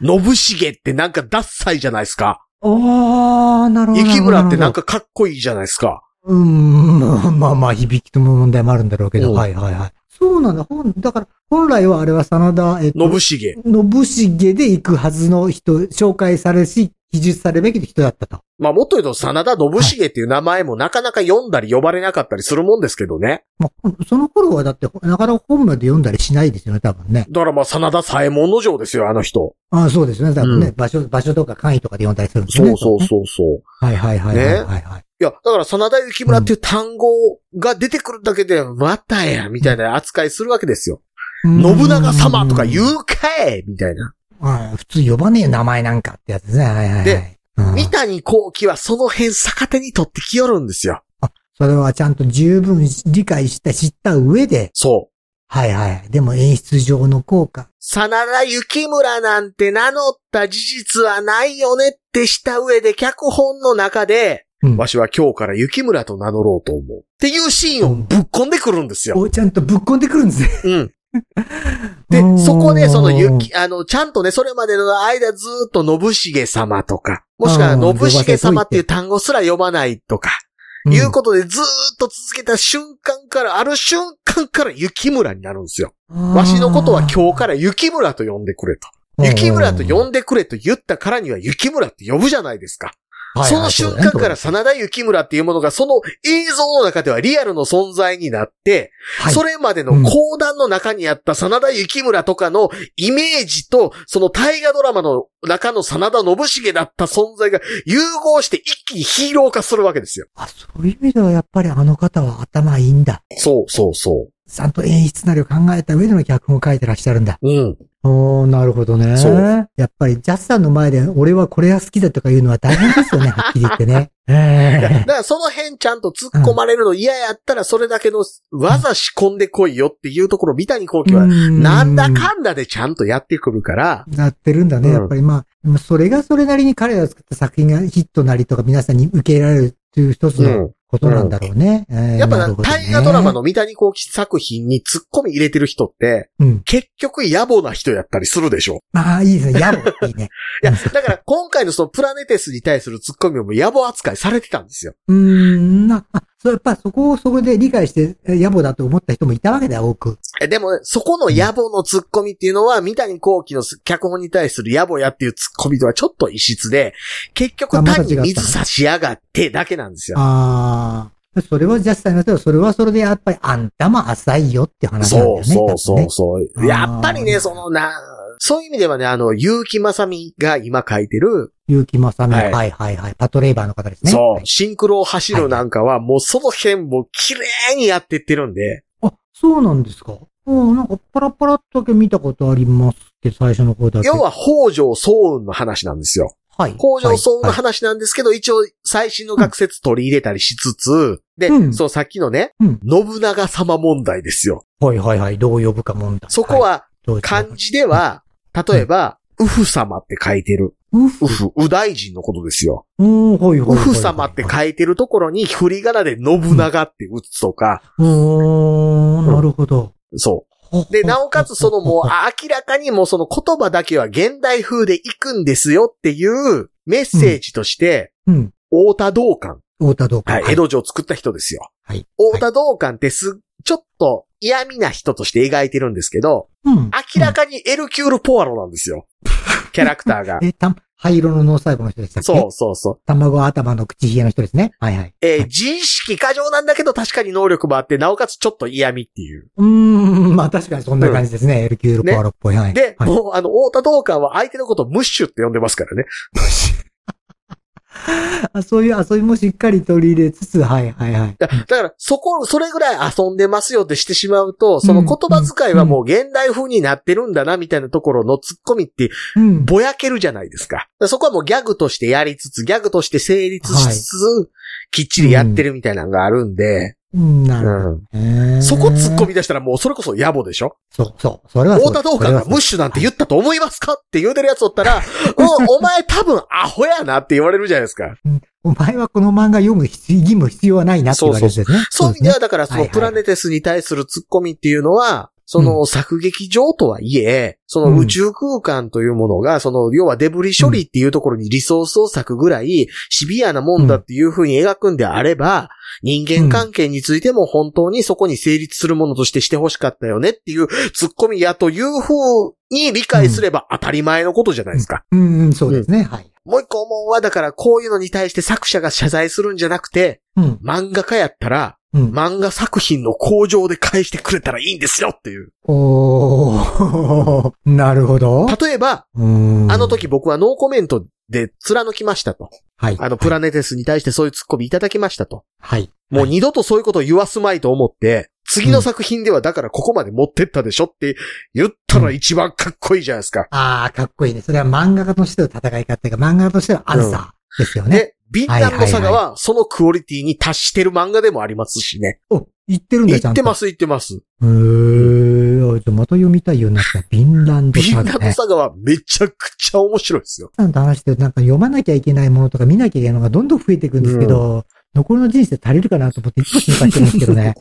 Speaker 2: 信繁ってなんかダッサいじゃないですか。
Speaker 3: ああ、なるほど。
Speaker 2: 雪村ってなん
Speaker 3: か。
Speaker 2: かかっこいいじゃないですか。
Speaker 3: うーん、まあまあまあ、響きとも問題もあるんだろうけど、
Speaker 2: うん
Speaker 3: はいはいはい。そうなんだ、本、だから、本来はあれは真田、えっと、
Speaker 2: 信繁。
Speaker 3: 信繁で行くはずの人、紹介されるし、記述されるべき人だったと。
Speaker 2: まあもっと言うと、真田信繁っていう名前もなかなか読んだり呼ばれなかったりするもんですけどね。
Speaker 3: まあ、その頃はだって、なかなか本まで読んだりしないですよね、多分ね。
Speaker 2: だからまあ真田左衛門の城ですよ、あの人。
Speaker 3: ああ、そうですね、多分ね、
Speaker 2: う
Speaker 3: 場所、場所とか簡易とかで読んだりするんです
Speaker 2: そ
Speaker 3: ね。
Speaker 2: うそうそうそう。
Speaker 3: はいはいはいはいはい、はい。
Speaker 2: いや、だから、真田幸村っていう単語が出てくるだけで、またや、みたいな扱いするわけですよ。信長様とか言
Speaker 3: うん
Speaker 2: うかいみたいな。
Speaker 3: はい普通呼ばねえよ名前なんかってやつですね。はいはいはい。
Speaker 2: で
Speaker 3: うん
Speaker 2: 三谷幸喜はその辺逆手に取ってきよるんですよ。
Speaker 3: それはちゃんと十分理解した、知った上で、
Speaker 2: そう。
Speaker 3: はいはい。でも演出上の効果。
Speaker 2: 真田幸村なんて名乗った事実はないよねってした上で、脚本の中で、
Speaker 3: うん
Speaker 2: わしは今日から幸村と名乗ろうと思う。っていうシーンをぶっこんでくるんですよ。
Speaker 3: おちゃんとぶっこんでくるん <laughs> ですね。
Speaker 2: うん。で
Speaker 3: うーん、
Speaker 2: そこで、その、ゆき、あの、ちゃんとね、それまでの間ずーっと、信繁様とか、もしくは、
Speaker 3: うん
Speaker 2: 信繁様っていう単語すら読まないとか、
Speaker 3: ん
Speaker 2: いうことでずーっと続けた瞬間から、ある瞬間から雪村になるんですよ。わしのことは今日から雪村と呼んでくれと。雪村と呼んでくれと言ったからには雪村って呼ぶじゃないですか。
Speaker 3: はいはい
Speaker 2: その瞬間から
Speaker 3: そうだ
Speaker 2: 真
Speaker 3: ね
Speaker 2: 田雪村っていうものがその映像の中ではリアルの存在になって、
Speaker 3: はい
Speaker 2: それまでの講談の中にあった真田幸村とかのイメージと、その大河ドラマの中の真田信繁だった存在が融合して一気にヒーロー化するわけですよ。
Speaker 3: あ、そういう意味ではやっぱりあの方は頭いいんだ。
Speaker 2: そうそうそ
Speaker 3: ちゃんと演出なりを考えた上での脚本を書いてらっしゃるんだ。
Speaker 2: う。うん。
Speaker 3: おー、なるほどね。
Speaker 2: そう
Speaker 3: やっぱりジャスさんの前で俺はこれが好きだとか言うのは大変ですよね、はっきり言って <laughs> ね。
Speaker 2: だ
Speaker 3: ええ
Speaker 2: からその辺ちゃんと突っ込まれるの嫌やったらそれだけの技仕込んでこいよっていうところ、三谷幸喜はなんだかんだでちゃんとやってくるから、
Speaker 3: なってるんだね、
Speaker 2: うん
Speaker 3: やっぱりまあ、それがそれなりに彼らが作った作品がヒットなりとか皆さんに受け入れられるっていう一つのことなんだろうね。えー
Speaker 2: やっぱ
Speaker 3: な
Speaker 2: な
Speaker 3: るほどね
Speaker 2: 大河ドラマの三谷幸喜作品に突っ込み入れてる人って、
Speaker 3: うん。
Speaker 2: 結局野暮な人やったりするでしょ。
Speaker 3: まあ、いいですね。やぼい
Speaker 2: <laughs>
Speaker 3: いね。
Speaker 2: いや、だから今回のそのプラネテスに対する突っ込みも野暮扱いされてたんですよ。
Speaker 3: うーん、な、あ、そう、やっぱそこをそこで理解して、え野暮だと思った人もいたわけだよ、多く。
Speaker 2: えでもね、そこの野暮の突っ込みっていうのは、三谷幸喜の脚本に対する野暮やっていう突っ込みとはちょっと異質で、結
Speaker 3: あ
Speaker 2: 局
Speaker 3: また違
Speaker 2: 単
Speaker 3: った
Speaker 2: に水差し上がってだけなんですよ。
Speaker 3: ああ。それはジャスさんの人は、それはそれでやっぱりあんたも浅いよって話なんだよ
Speaker 2: そ
Speaker 3: ね。
Speaker 2: うそうそうそう。
Speaker 3: ね
Speaker 2: やっぱり
Speaker 3: あ
Speaker 2: ね、
Speaker 3: ー
Speaker 2: そのな、そういう意味ではね、あの、結城正美が今書いてる、
Speaker 3: 結城まさみ、は、
Speaker 2: はいい
Speaker 3: はいはいはいパトレイバーの方ですね。
Speaker 2: そう、シンクロを走るなんかは、もうその辺も綺麗にやってってるんで、
Speaker 3: あ、そうなんですか。うん、なんかパラパラっとだけ見たことありますけど、最初の方だけ。
Speaker 2: 要は北条早雲の話なんですよ。
Speaker 3: はい。
Speaker 2: 北条早雲の
Speaker 3: はい
Speaker 2: 話なんですけど、一応最新の学説取り入れたりしつつ、で、
Speaker 3: うん
Speaker 2: そうさっきのね、
Speaker 3: うん
Speaker 2: 信長様問題ですよ。
Speaker 3: はいはいはい。どう呼ぶか問題。
Speaker 2: そこ
Speaker 3: い、
Speaker 2: は
Speaker 3: どうしよう
Speaker 2: 漢字では、例えば、うふ様って書いてる。
Speaker 3: うふ
Speaker 2: う。ふ、う大臣のことですよ。
Speaker 3: うん、ほいほ
Speaker 2: う
Speaker 3: いほ
Speaker 2: ふ
Speaker 3: い。
Speaker 2: 様って書いてるところに、振り仮名で信長って打つとか、
Speaker 3: うーん、なるほど。
Speaker 2: そう。で、なおかつそのもう明らかにもうその言葉だけは現代風で行くんですよっていうメッセージとして、
Speaker 3: う、うん。
Speaker 2: 太田道館
Speaker 3: 太田道
Speaker 2: はい、江戸城を作った人ですよ。
Speaker 3: はい
Speaker 2: 大田道館ってす、ちょっと嫌味な人として描いてるんですけど、
Speaker 3: うん。 <laughs>。
Speaker 2: 明らかにエルキュール・ポアロなんですよ。キャラクターが
Speaker 3: え、た、灰色の脳細胞の人でしたっけ
Speaker 2: そうそうそう。
Speaker 3: 卵頭の口ひげの人ですね。はいはい。
Speaker 2: えー自意識過剰なんだけど確かに能力もあって、なおかつちょっと嫌味っていう。
Speaker 3: うーん、まあ確かにそんな感じですね。LQ ロコアロっぽい。はい。
Speaker 2: で、
Speaker 3: はい、
Speaker 2: もうあの、太田道館は相手のことをムッシュって呼んでますからね。
Speaker 3: あそういう遊びもしっかり取り入れつつ、はいはいはい。
Speaker 2: だだから、そこ、それぐらい遊んでますよってしてしまうと、その言葉遣いはもう現代風になってるんだな、みたいなところの突っ込みって、
Speaker 3: うん。
Speaker 2: ぼやけるじゃないですか。だからそこはもうギャグとしてやりつつ、ギャグとして成立しつつ、きっちりやってるみたいなのがあるんで、
Speaker 3: うんな
Speaker 2: う
Speaker 3: るほど
Speaker 2: ん。
Speaker 3: ね。
Speaker 2: そこ突っ込み出したらもうそれこそ野暮でしょ
Speaker 3: そう、そう。それはそ
Speaker 2: 太
Speaker 3: う。
Speaker 2: 田道館がムッ
Speaker 3: 視
Speaker 2: シュなんて言ったと思いますかって言うてるやつおった <laughs> ら、うん、お前多分アホやなって言われるじゃないですか。
Speaker 3: お前はこの漫画読む必義務必要はないなって言われるんですね。
Speaker 2: そういう意味で
Speaker 3: です
Speaker 2: は、だからそ
Speaker 3: は
Speaker 2: の
Speaker 3: いはい
Speaker 2: プラネテスに対する突っ込みっていうのは、その作劇場とはいえ、その宇宙空間というものが、その要はデブリ処理っていうところにリソースを割くぐらいシビアなもんだっていうふうに描くんであれば、人間関係についても本当にそこに成立するものとしてしてほしかったよねっていう突っ込みやというふうに理解すれば当たり前のことじゃないですか。
Speaker 3: ね。うん、うん、そうですね。はい。
Speaker 2: もう一個思うは、だからこういうのに対して作者が謝罪するんじゃなくて、
Speaker 3: うん、
Speaker 2: 漫画家やったら、
Speaker 3: うん。
Speaker 2: 漫画作品の向上で返してくれたらいいんですよっていう。
Speaker 3: おー、 <laughs> なるほど。
Speaker 2: 例えば、
Speaker 3: うーん
Speaker 2: あの。時僕はノーコメントで貫きましたと。
Speaker 3: はい。
Speaker 2: あの、プラネテスに対してそういうツッコミいただきましたと。
Speaker 3: はい。
Speaker 2: もう二度とそういうことを言わすまいと思って、次の作品ではだからここまで持ってったでしょって言ったら一番かっこいいじゃないですか。
Speaker 3: ああ、かっこいいね。それは漫画家としての戦い方というか、漫画家としてのアンサーですよね。
Speaker 2: で、ビンランドサガはそのクオリティに達してる漫画でもありますしね。
Speaker 3: お、言ってるん
Speaker 2: 言
Speaker 3: だ、ちゃ
Speaker 2: っ
Speaker 3: ん
Speaker 2: て
Speaker 3: と。
Speaker 2: ます言ってます。
Speaker 3: へー。あじゃあまた読みたいようになった。ヴィンランド
Speaker 2: ビン
Speaker 3: サ
Speaker 2: ラ
Speaker 3: ガ
Speaker 2: ン
Speaker 3: ね。
Speaker 2: ドサガはめちゃくちゃ面白いですよ。
Speaker 3: さんと話してるとなんか読まなきゃいけないものとか見なきゃいけないのがどんどん増えていくんですけど、残りの人生足りるかなと思っていつも心配してるんですけど <laughs> ね。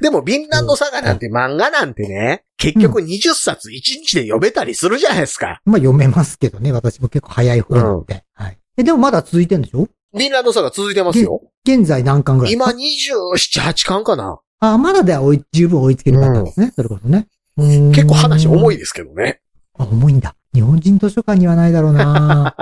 Speaker 2: でも、ビンランドサガなんて漫画なんてね、結局20冊1日で読めたりするじゃないですか。
Speaker 3: まあ読めますけどね、私も結構早い方なんで。はい。え、でもまだ続いてるんでしょ
Speaker 2: ビンランドサガ続いてますよ。
Speaker 3: 現在何巻ぐらい
Speaker 2: 今27、8巻かな。
Speaker 3: あ、まだでは追い十分追いつける方なんですね、それこそね。
Speaker 2: 結構話重
Speaker 3: い。
Speaker 2: いですけどね。
Speaker 3: あ、重いんだ。日本人図書館にはないだろうな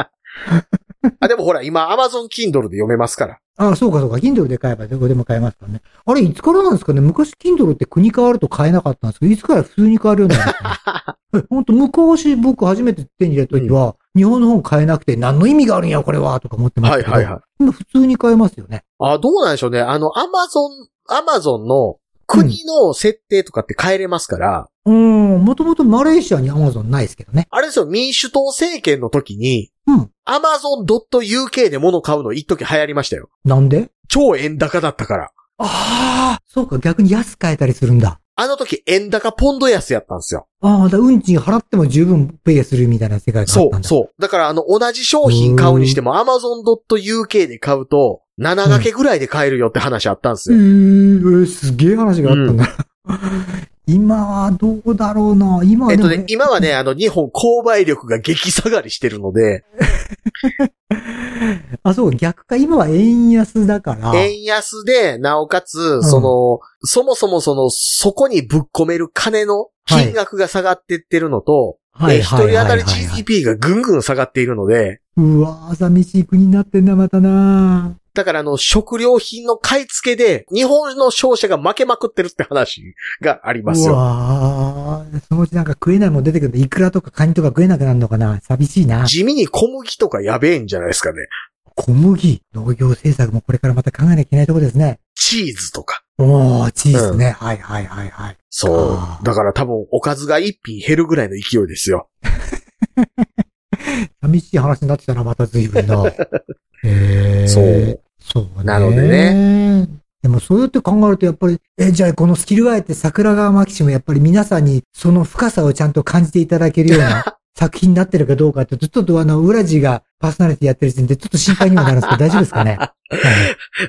Speaker 2: あ、でもほら、今 Amazon Kindle で読めますから。
Speaker 3: あ、そうかそうか。Kindle で買えばどこでも買えますからね。あれ、いつからなんですかね昔 Kindle って国変わると買えなかったんですけど、いつから普通に買えるようになったんですか
Speaker 2: <laughs>
Speaker 3: ねえほんと、昔僕初めて手に入れた時は、日本の本買えなくて、何の意味があるんや、これは、とか思ってました
Speaker 2: はい
Speaker 3: けど。
Speaker 2: はいはい。
Speaker 3: 今普通に買えますよね。
Speaker 2: あ、どうなんでしょうね。あの、Amazon、Amazon の国の設定とかって変えれますから、
Speaker 3: うーん、もともとマレーシアに Amazon ないですけどね。
Speaker 2: あれですよ、民主党政権の時に、
Speaker 3: うん。
Speaker 2: Amazon.uk で物買うの一時流行りましたよ。
Speaker 3: なんで
Speaker 2: 超円高だったから。
Speaker 3: ああ、そうか、逆に安買えたりするんだ。
Speaker 2: あの時円高ポンド安やったんですよ。
Speaker 3: ああ、だから運賃払っても十分ペイするみたいな世界があ
Speaker 2: そ
Speaker 3: ったん
Speaker 2: う、
Speaker 3: だ。
Speaker 2: そう。だから、あの、同じ商品買うにしても、amazon.uk で買うと、7掛けぐらいで買えるよって話あったんです
Speaker 3: え
Speaker 2: よ。
Speaker 3: ー、すげえ話があったんだ。今はどうだろうな。今は
Speaker 2: えっ
Speaker 3: で
Speaker 2: と
Speaker 3: も、
Speaker 2: ね、今はね、あの、日本購買力が激下がりしてるので、
Speaker 3: あ、そう、逆か。今は円安だから。
Speaker 2: 円安で、なおかつ、
Speaker 3: ん
Speaker 2: その、そもそもその、そこにぶっ込める金の金額が下がってってるのと、
Speaker 3: は
Speaker 2: で
Speaker 3: い
Speaker 2: 一
Speaker 3: はい
Speaker 2: 人当
Speaker 3: は
Speaker 2: た
Speaker 3: い
Speaker 2: り
Speaker 3: はい
Speaker 2: GDP がぐんぐん下がっているので、
Speaker 3: うわー寂しい国になってんだ、またな。
Speaker 2: だからあの、食料品の買い付けで、日本の商社が負けまくってるって話があります
Speaker 3: う
Speaker 2: よ。
Speaker 3: わーそのうちなんか食えないもん出てくるんで、イクラとかカニとか食えなくなるのかな。寂しいな。
Speaker 2: 地味に小麦とかやべえんじゃないですかね。
Speaker 3: 小麦、農業政策もこれからまた考えなきゃいけないところですね。
Speaker 2: チーズとか。
Speaker 3: おー、チーズね。はいはいはいはい。あ
Speaker 2: そう。
Speaker 3: ー
Speaker 2: だから多分おかずが一品減るぐらいの勢いですよ。
Speaker 3: 寂しい話になってきたな、また随分
Speaker 2: <laughs>
Speaker 3: な。へー
Speaker 2: そう。
Speaker 3: そうね。
Speaker 2: なので
Speaker 3: ね。でもそうやって考えるとやっぱり、え、じゃあこのスキルガイって桜川マキシムやっぱり皆さんにその深さをちゃんと感じていただけるよう
Speaker 2: <laughs>
Speaker 3: な作品になってるかどうかって、ちょっとあの、裏地がパーソナリティやってる時点でちょっと心配にもなるんですけど、大丈夫です
Speaker 2: <laughs>
Speaker 3: かね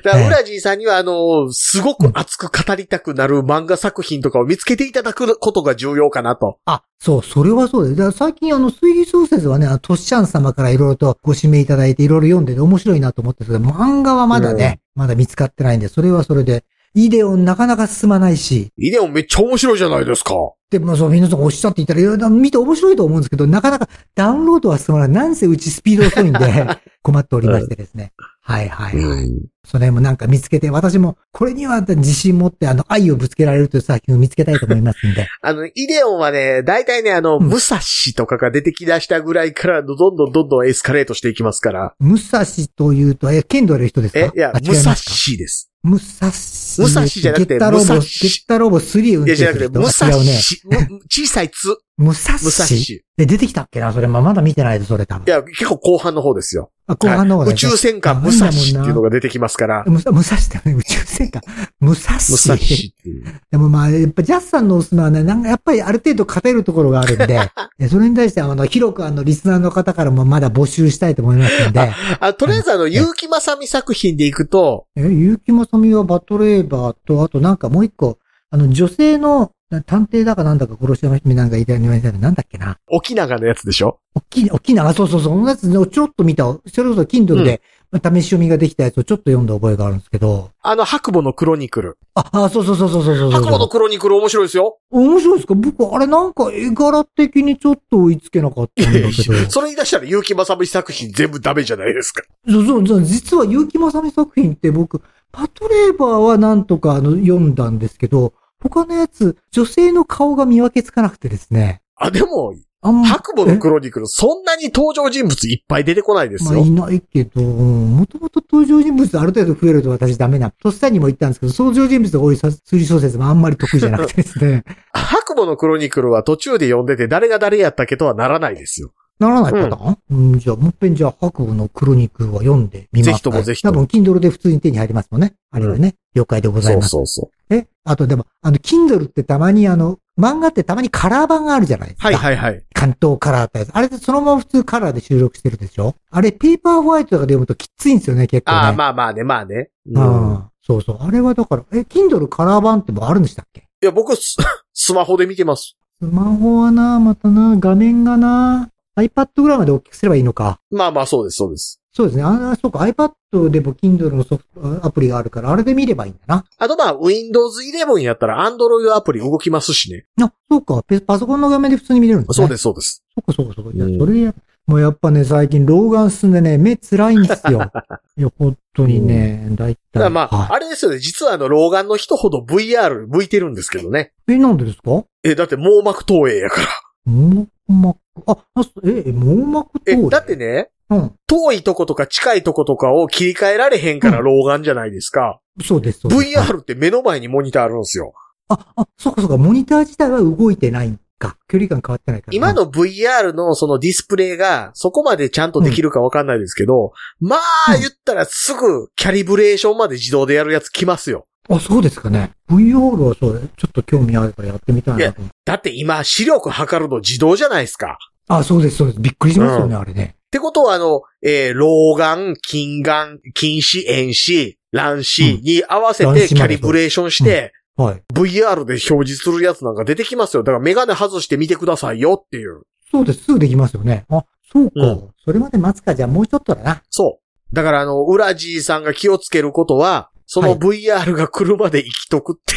Speaker 2: だから、ウラジーさんには、あの、すごく熱く語りたくなる漫画作品とかを見つけていただくことが重要かなと。
Speaker 3: あ、そう、それはそうです。だから最近あの、推理小説はね、あのトシちゃん様からいろいろとご指名いただいていろいろ読んでて面白いなと思ってるんですけど、漫画はまだね、まだ見つかってないんで、それはそれで、イデオンなかなか進まないし、
Speaker 2: イデオンめっちゃ面白いじゃないですか。
Speaker 3: で、まあ、そう、皆さんおっしゃっていたら、いや、見て面白いと思うんですけど、なかなかダウンロードは進まない。なんせうちスピード遅いん
Speaker 2: <laughs>
Speaker 3: で、困っておりましてですね。はいはいはい。
Speaker 2: ん。
Speaker 3: それもなんか見つけて、私もこれには自信持って、あの、愛をぶつけられるという作品を見つけたいと思いますんで。
Speaker 2: あの、イデオンはね、大体ね、あの、
Speaker 3: うん
Speaker 2: 武蔵とかが出てきだしたぐらいから、どんどんどんどんエスカレートしていきますから。
Speaker 3: 武蔵というと、え、剣道やる人ですか
Speaker 2: え、いや
Speaker 3: あ、違
Speaker 2: 武
Speaker 3: ます
Speaker 2: 蔵
Speaker 3: か
Speaker 2: です。
Speaker 3: 武蔵。
Speaker 2: 武蔵じゃなくて
Speaker 3: ゲッタロボ、
Speaker 2: 武蔵
Speaker 3: ゲッタロボ3を運
Speaker 2: いや、じ
Speaker 3: 転す
Speaker 2: ゃな
Speaker 3: る
Speaker 2: くて、
Speaker 3: 人。
Speaker 2: 武蔵、
Speaker 3: 違うね。
Speaker 2: む小さいつ、
Speaker 3: 武蔵。
Speaker 2: 武蔵。い
Speaker 3: で、出てきたっけなそれ、まあ、まだ見てないです、それ多分。
Speaker 2: や、結構後半の方ですよ。
Speaker 3: あ後半の方が
Speaker 2: 宇
Speaker 3: ね
Speaker 2: 宙戦艦武蔵っていうのが出てきますから。
Speaker 3: 武蔵武蔵ってね、宇宙戦艦。武蔵。
Speaker 2: 武蔵っていう。
Speaker 3: <laughs> でもまあ、やっぱジャスさんのおすすめはね、なんかやっぱりある程度勝てるところがあるん
Speaker 2: <laughs>
Speaker 3: で、えそれに対してあの、広くあの、リスナーの方からもまだ募集したいと思います
Speaker 2: <laughs>
Speaker 3: んで、
Speaker 2: あ、とりあえずあの、結城正美作品でいくと、
Speaker 3: え、結城まさみはバトレーバーと、あとなんかもう一個、あの、女性のな探偵だかなんだか殺し屋の姫なんかいたようななんだっけな。
Speaker 2: 沖永のやつでしょ
Speaker 3: 大きい、大きいな、あそうそうそう、そのやつをちょろっと見た、それこそ Kindle で、まあ試し読みができたやつをちょっと読んだ覚えがあるんですけど、
Speaker 2: あの、白母のクロニクル。
Speaker 3: あ、あ、そうそうそうそうそうそうそう
Speaker 2: 白母のクロニクル面白いですよ。
Speaker 3: 面白いですか僕、あれなんか絵柄的にちょっと追いつけなかったんだけど。
Speaker 2: それ言い出したら結城正美作品全部ダメじゃないですか。
Speaker 3: そうそうそう、実は結城まさみ作品って僕、パトレーバーはなんとかあの読んだんですけど、他のやつ、女性の顔が見分けつかなくてですね。
Speaker 2: あ、でも、
Speaker 3: あんま、
Speaker 2: 白母のクロニクル、そんなに登場人物いっぱい出てこないです
Speaker 3: まあ、
Speaker 2: よ
Speaker 3: い。ないけど、もともと登場人物ある程度増えると私ダメな。とっさにも言ったんですけど、登場人物が多いさ推理小説もあんまり得意じゃなくてです
Speaker 2: <laughs>
Speaker 3: ね。
Speaker 2: 白母のクロニクルは途中で読んでて誰が誰やったっけとはならないですよ。
Speaker 3: ならないパターン、うん、じゃあ、もっぺんじゃあ、白母のクロニクルは読んでみます。
Speaker 2: ぜひともぜひとも
Speaker 3: 多分、Kindle で普通に手に入りますもんね。あれはね、了解でござい
Speaker 2: そう
Speaker 3: ます。
Speaker 2: そうそ
Speaker 3: え、あとでも、あの、Kindle ってたまにあの、漫画ってたまにカラー版があるじゃないです
Speaker 2: う。
Speaker 3: か。
Speaker 2: はいはいはい。
Speaker 3: 関東カラーってやつ。あれってそのまま普通カラーで収録してるでしょあれ、ペーパーホワイトとかで読むときついんですよね、結構ね。
Speaker 2: ああ、まあまあね、まあね。う
Speaker 3: うん
Speaker 2: ん。
Speaker 3: そうそう。あれはだから、え、Kindle カラー版ってもうあるんでしたっけ
Speaker 2: いや、僕、ス <laughs> スマホで見てます。
Speaker 3: スマホはな、またな、画面がな、iPad ぐらいまで大きくすればいいのか。
Speaker 2: まあまあ、そうです、そうです。
Speaker 3: そうですね。ああ、そうか。iPad でも Kindle のソフト、アプリがあるから、あれで見ればいいんだな。
Speaker 2: あとまあ、Windows 11やったら Android アプリ動きますしね。
Speaker 3: あ、そうか。ペパソコンの画面で普通に見れるんです
Speaker 2: そ
Speaker 3: ね。
Speaker 2: うです、そうです。
Speaker 3: そっかそっかそっか。いや
Speaker 2: うん、
Speaker 3: それや、もうやっぱね、最近老眼進んでね、目辛いんです
Speaker 2: <laughs>
Speaker 3: よ。いや、本当にね、だい
Speaker 2: た
Speaker 3: た
Speaker 2: だ
Speaker 3: い。
Speaker 2: まあ、
Speaker 3: は
Speaker 2: あれですよね。実はあの、老眼の人ほど VR 向いてるんですけどね。
Speaker 3: い、え、なんでですか
Speaker 2: え、だって網膜投影やから。
Speaker 3: 網膜、あ、あそえ、え網膜
Speaker 2: え、
Speaker 3: と。
Speaker 2: だって。ね、
Speaker 3: うん。
Speaker 2: 遠いとことか近いとことかを切り替えられへんから老眼じゃないですか。
Speaker 3: そうです、そうです。
Speaker 2: VR って目の前にモニターあるんですよ。
Speaker 3: あ、あ、そっかそっか。モニター自体は動いてないんか。距離感変わってないから。
Speaker 2: 今。の VR のそのディスプレイがそこまでちゃんとできるかわかんないですけど、まあ
Speaker 3: うん
Speaker 2: 言ったらすぐキャリブレーションまで自動でやるやつ来ますよ。
Speaker 3: あ、そうですかね。VR はそう、ちょっと興味あるからやってみたいなと思って。
Speaker 2: だって今視力測るの自動じゃないですか。
Speaker 3: あ、そうです、そうです。びっくりしますよね、あれね。
Speaker 2: ってことはあの、えー老眼、近眼、近視、遠視、乱視に合わせ
Speaker 3: うん
Speaker 2: て
Speaker 3: 乱
Speaker 2: キ
Speaker 3: 視
Speaker 2: ャ
Speaker 3: ま
Speaker 2: リ
Speaker 3: で
Speaker 2: ブレーションして、
Speaker 3: はい。
Speaker 2: VR で表示するやつなんか出てきますよ。だからメガネ外してみてくださいよっていう。
Speaker 3: そうです。すぐできますよね。あ、そうか。
Speaker 2: うん
Speaker 3: それまで待つか。じゃあもうちょっとだな。
Speaker 2: そう。だからあの、ウラジーさんが気をつけることは、そ
Speaker 3: は
Speaker 2: の
Speaker 3: い
Speaker 2: VR が来るまで生きとくってい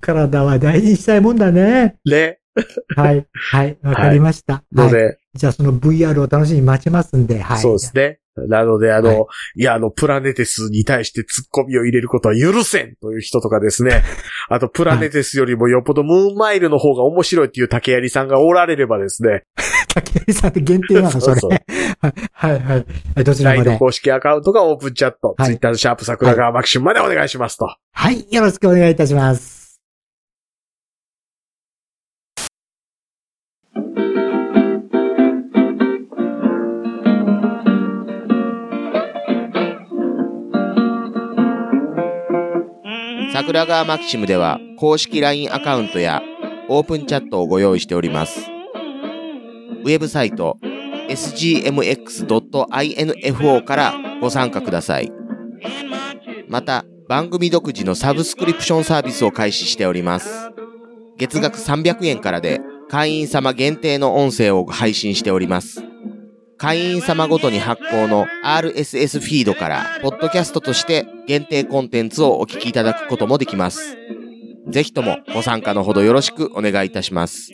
Speaker 3: 体は大事にしたいもんだね。
Speaker 2: うね。
Speaker 3: はい。はい。わかりました。
Speaker 2: ので、
Speaker 3: じゃあその VR を楽しみに待ちますんで、はい。
Speaker 2: そうですね。なので、あの、
Speaker 3: はい
Speaker 2: い、や、あの、プラネテスに対して突っ込みを入れることは許せんという人とかです
Speaker 3: <laughs>
Speaker 2: ね。あと、プラネテスよりもよっぽどムーンマイルの方が面白いっていう竹槍さんがおられればですね。
Speaker 3: 竹内さんって限定なの、それ。
Speaker 2: そうそう
Speaker 3: はい、はい、はい。どちら
Speaker 2: LINE の
Speaker 3: まで。
Speaker 2: 公式アカウントがオープンチャット、
Speaker 3: はい
Speaker 2: Twitter のシャープ桜川マキシムまでお願いしますと。
Speaker 3: はい。よろしくお願いいたします。
Speaker 1: 桜川マキシムでは公式 LINE アカウントやオープンチャットをご用意しておりますウェブサイト sgmx.info からご参加くださいまた番組独自のサブスクリプションサービスを開始しております月額300円からで会員様限定の音声を配信しております会員様ごとに発行の RSS フィードから、ポッドキャストとして限定コンテンツをお聞きいただくこともできます。ぜひともご参加のほどよろしくお願いいたします。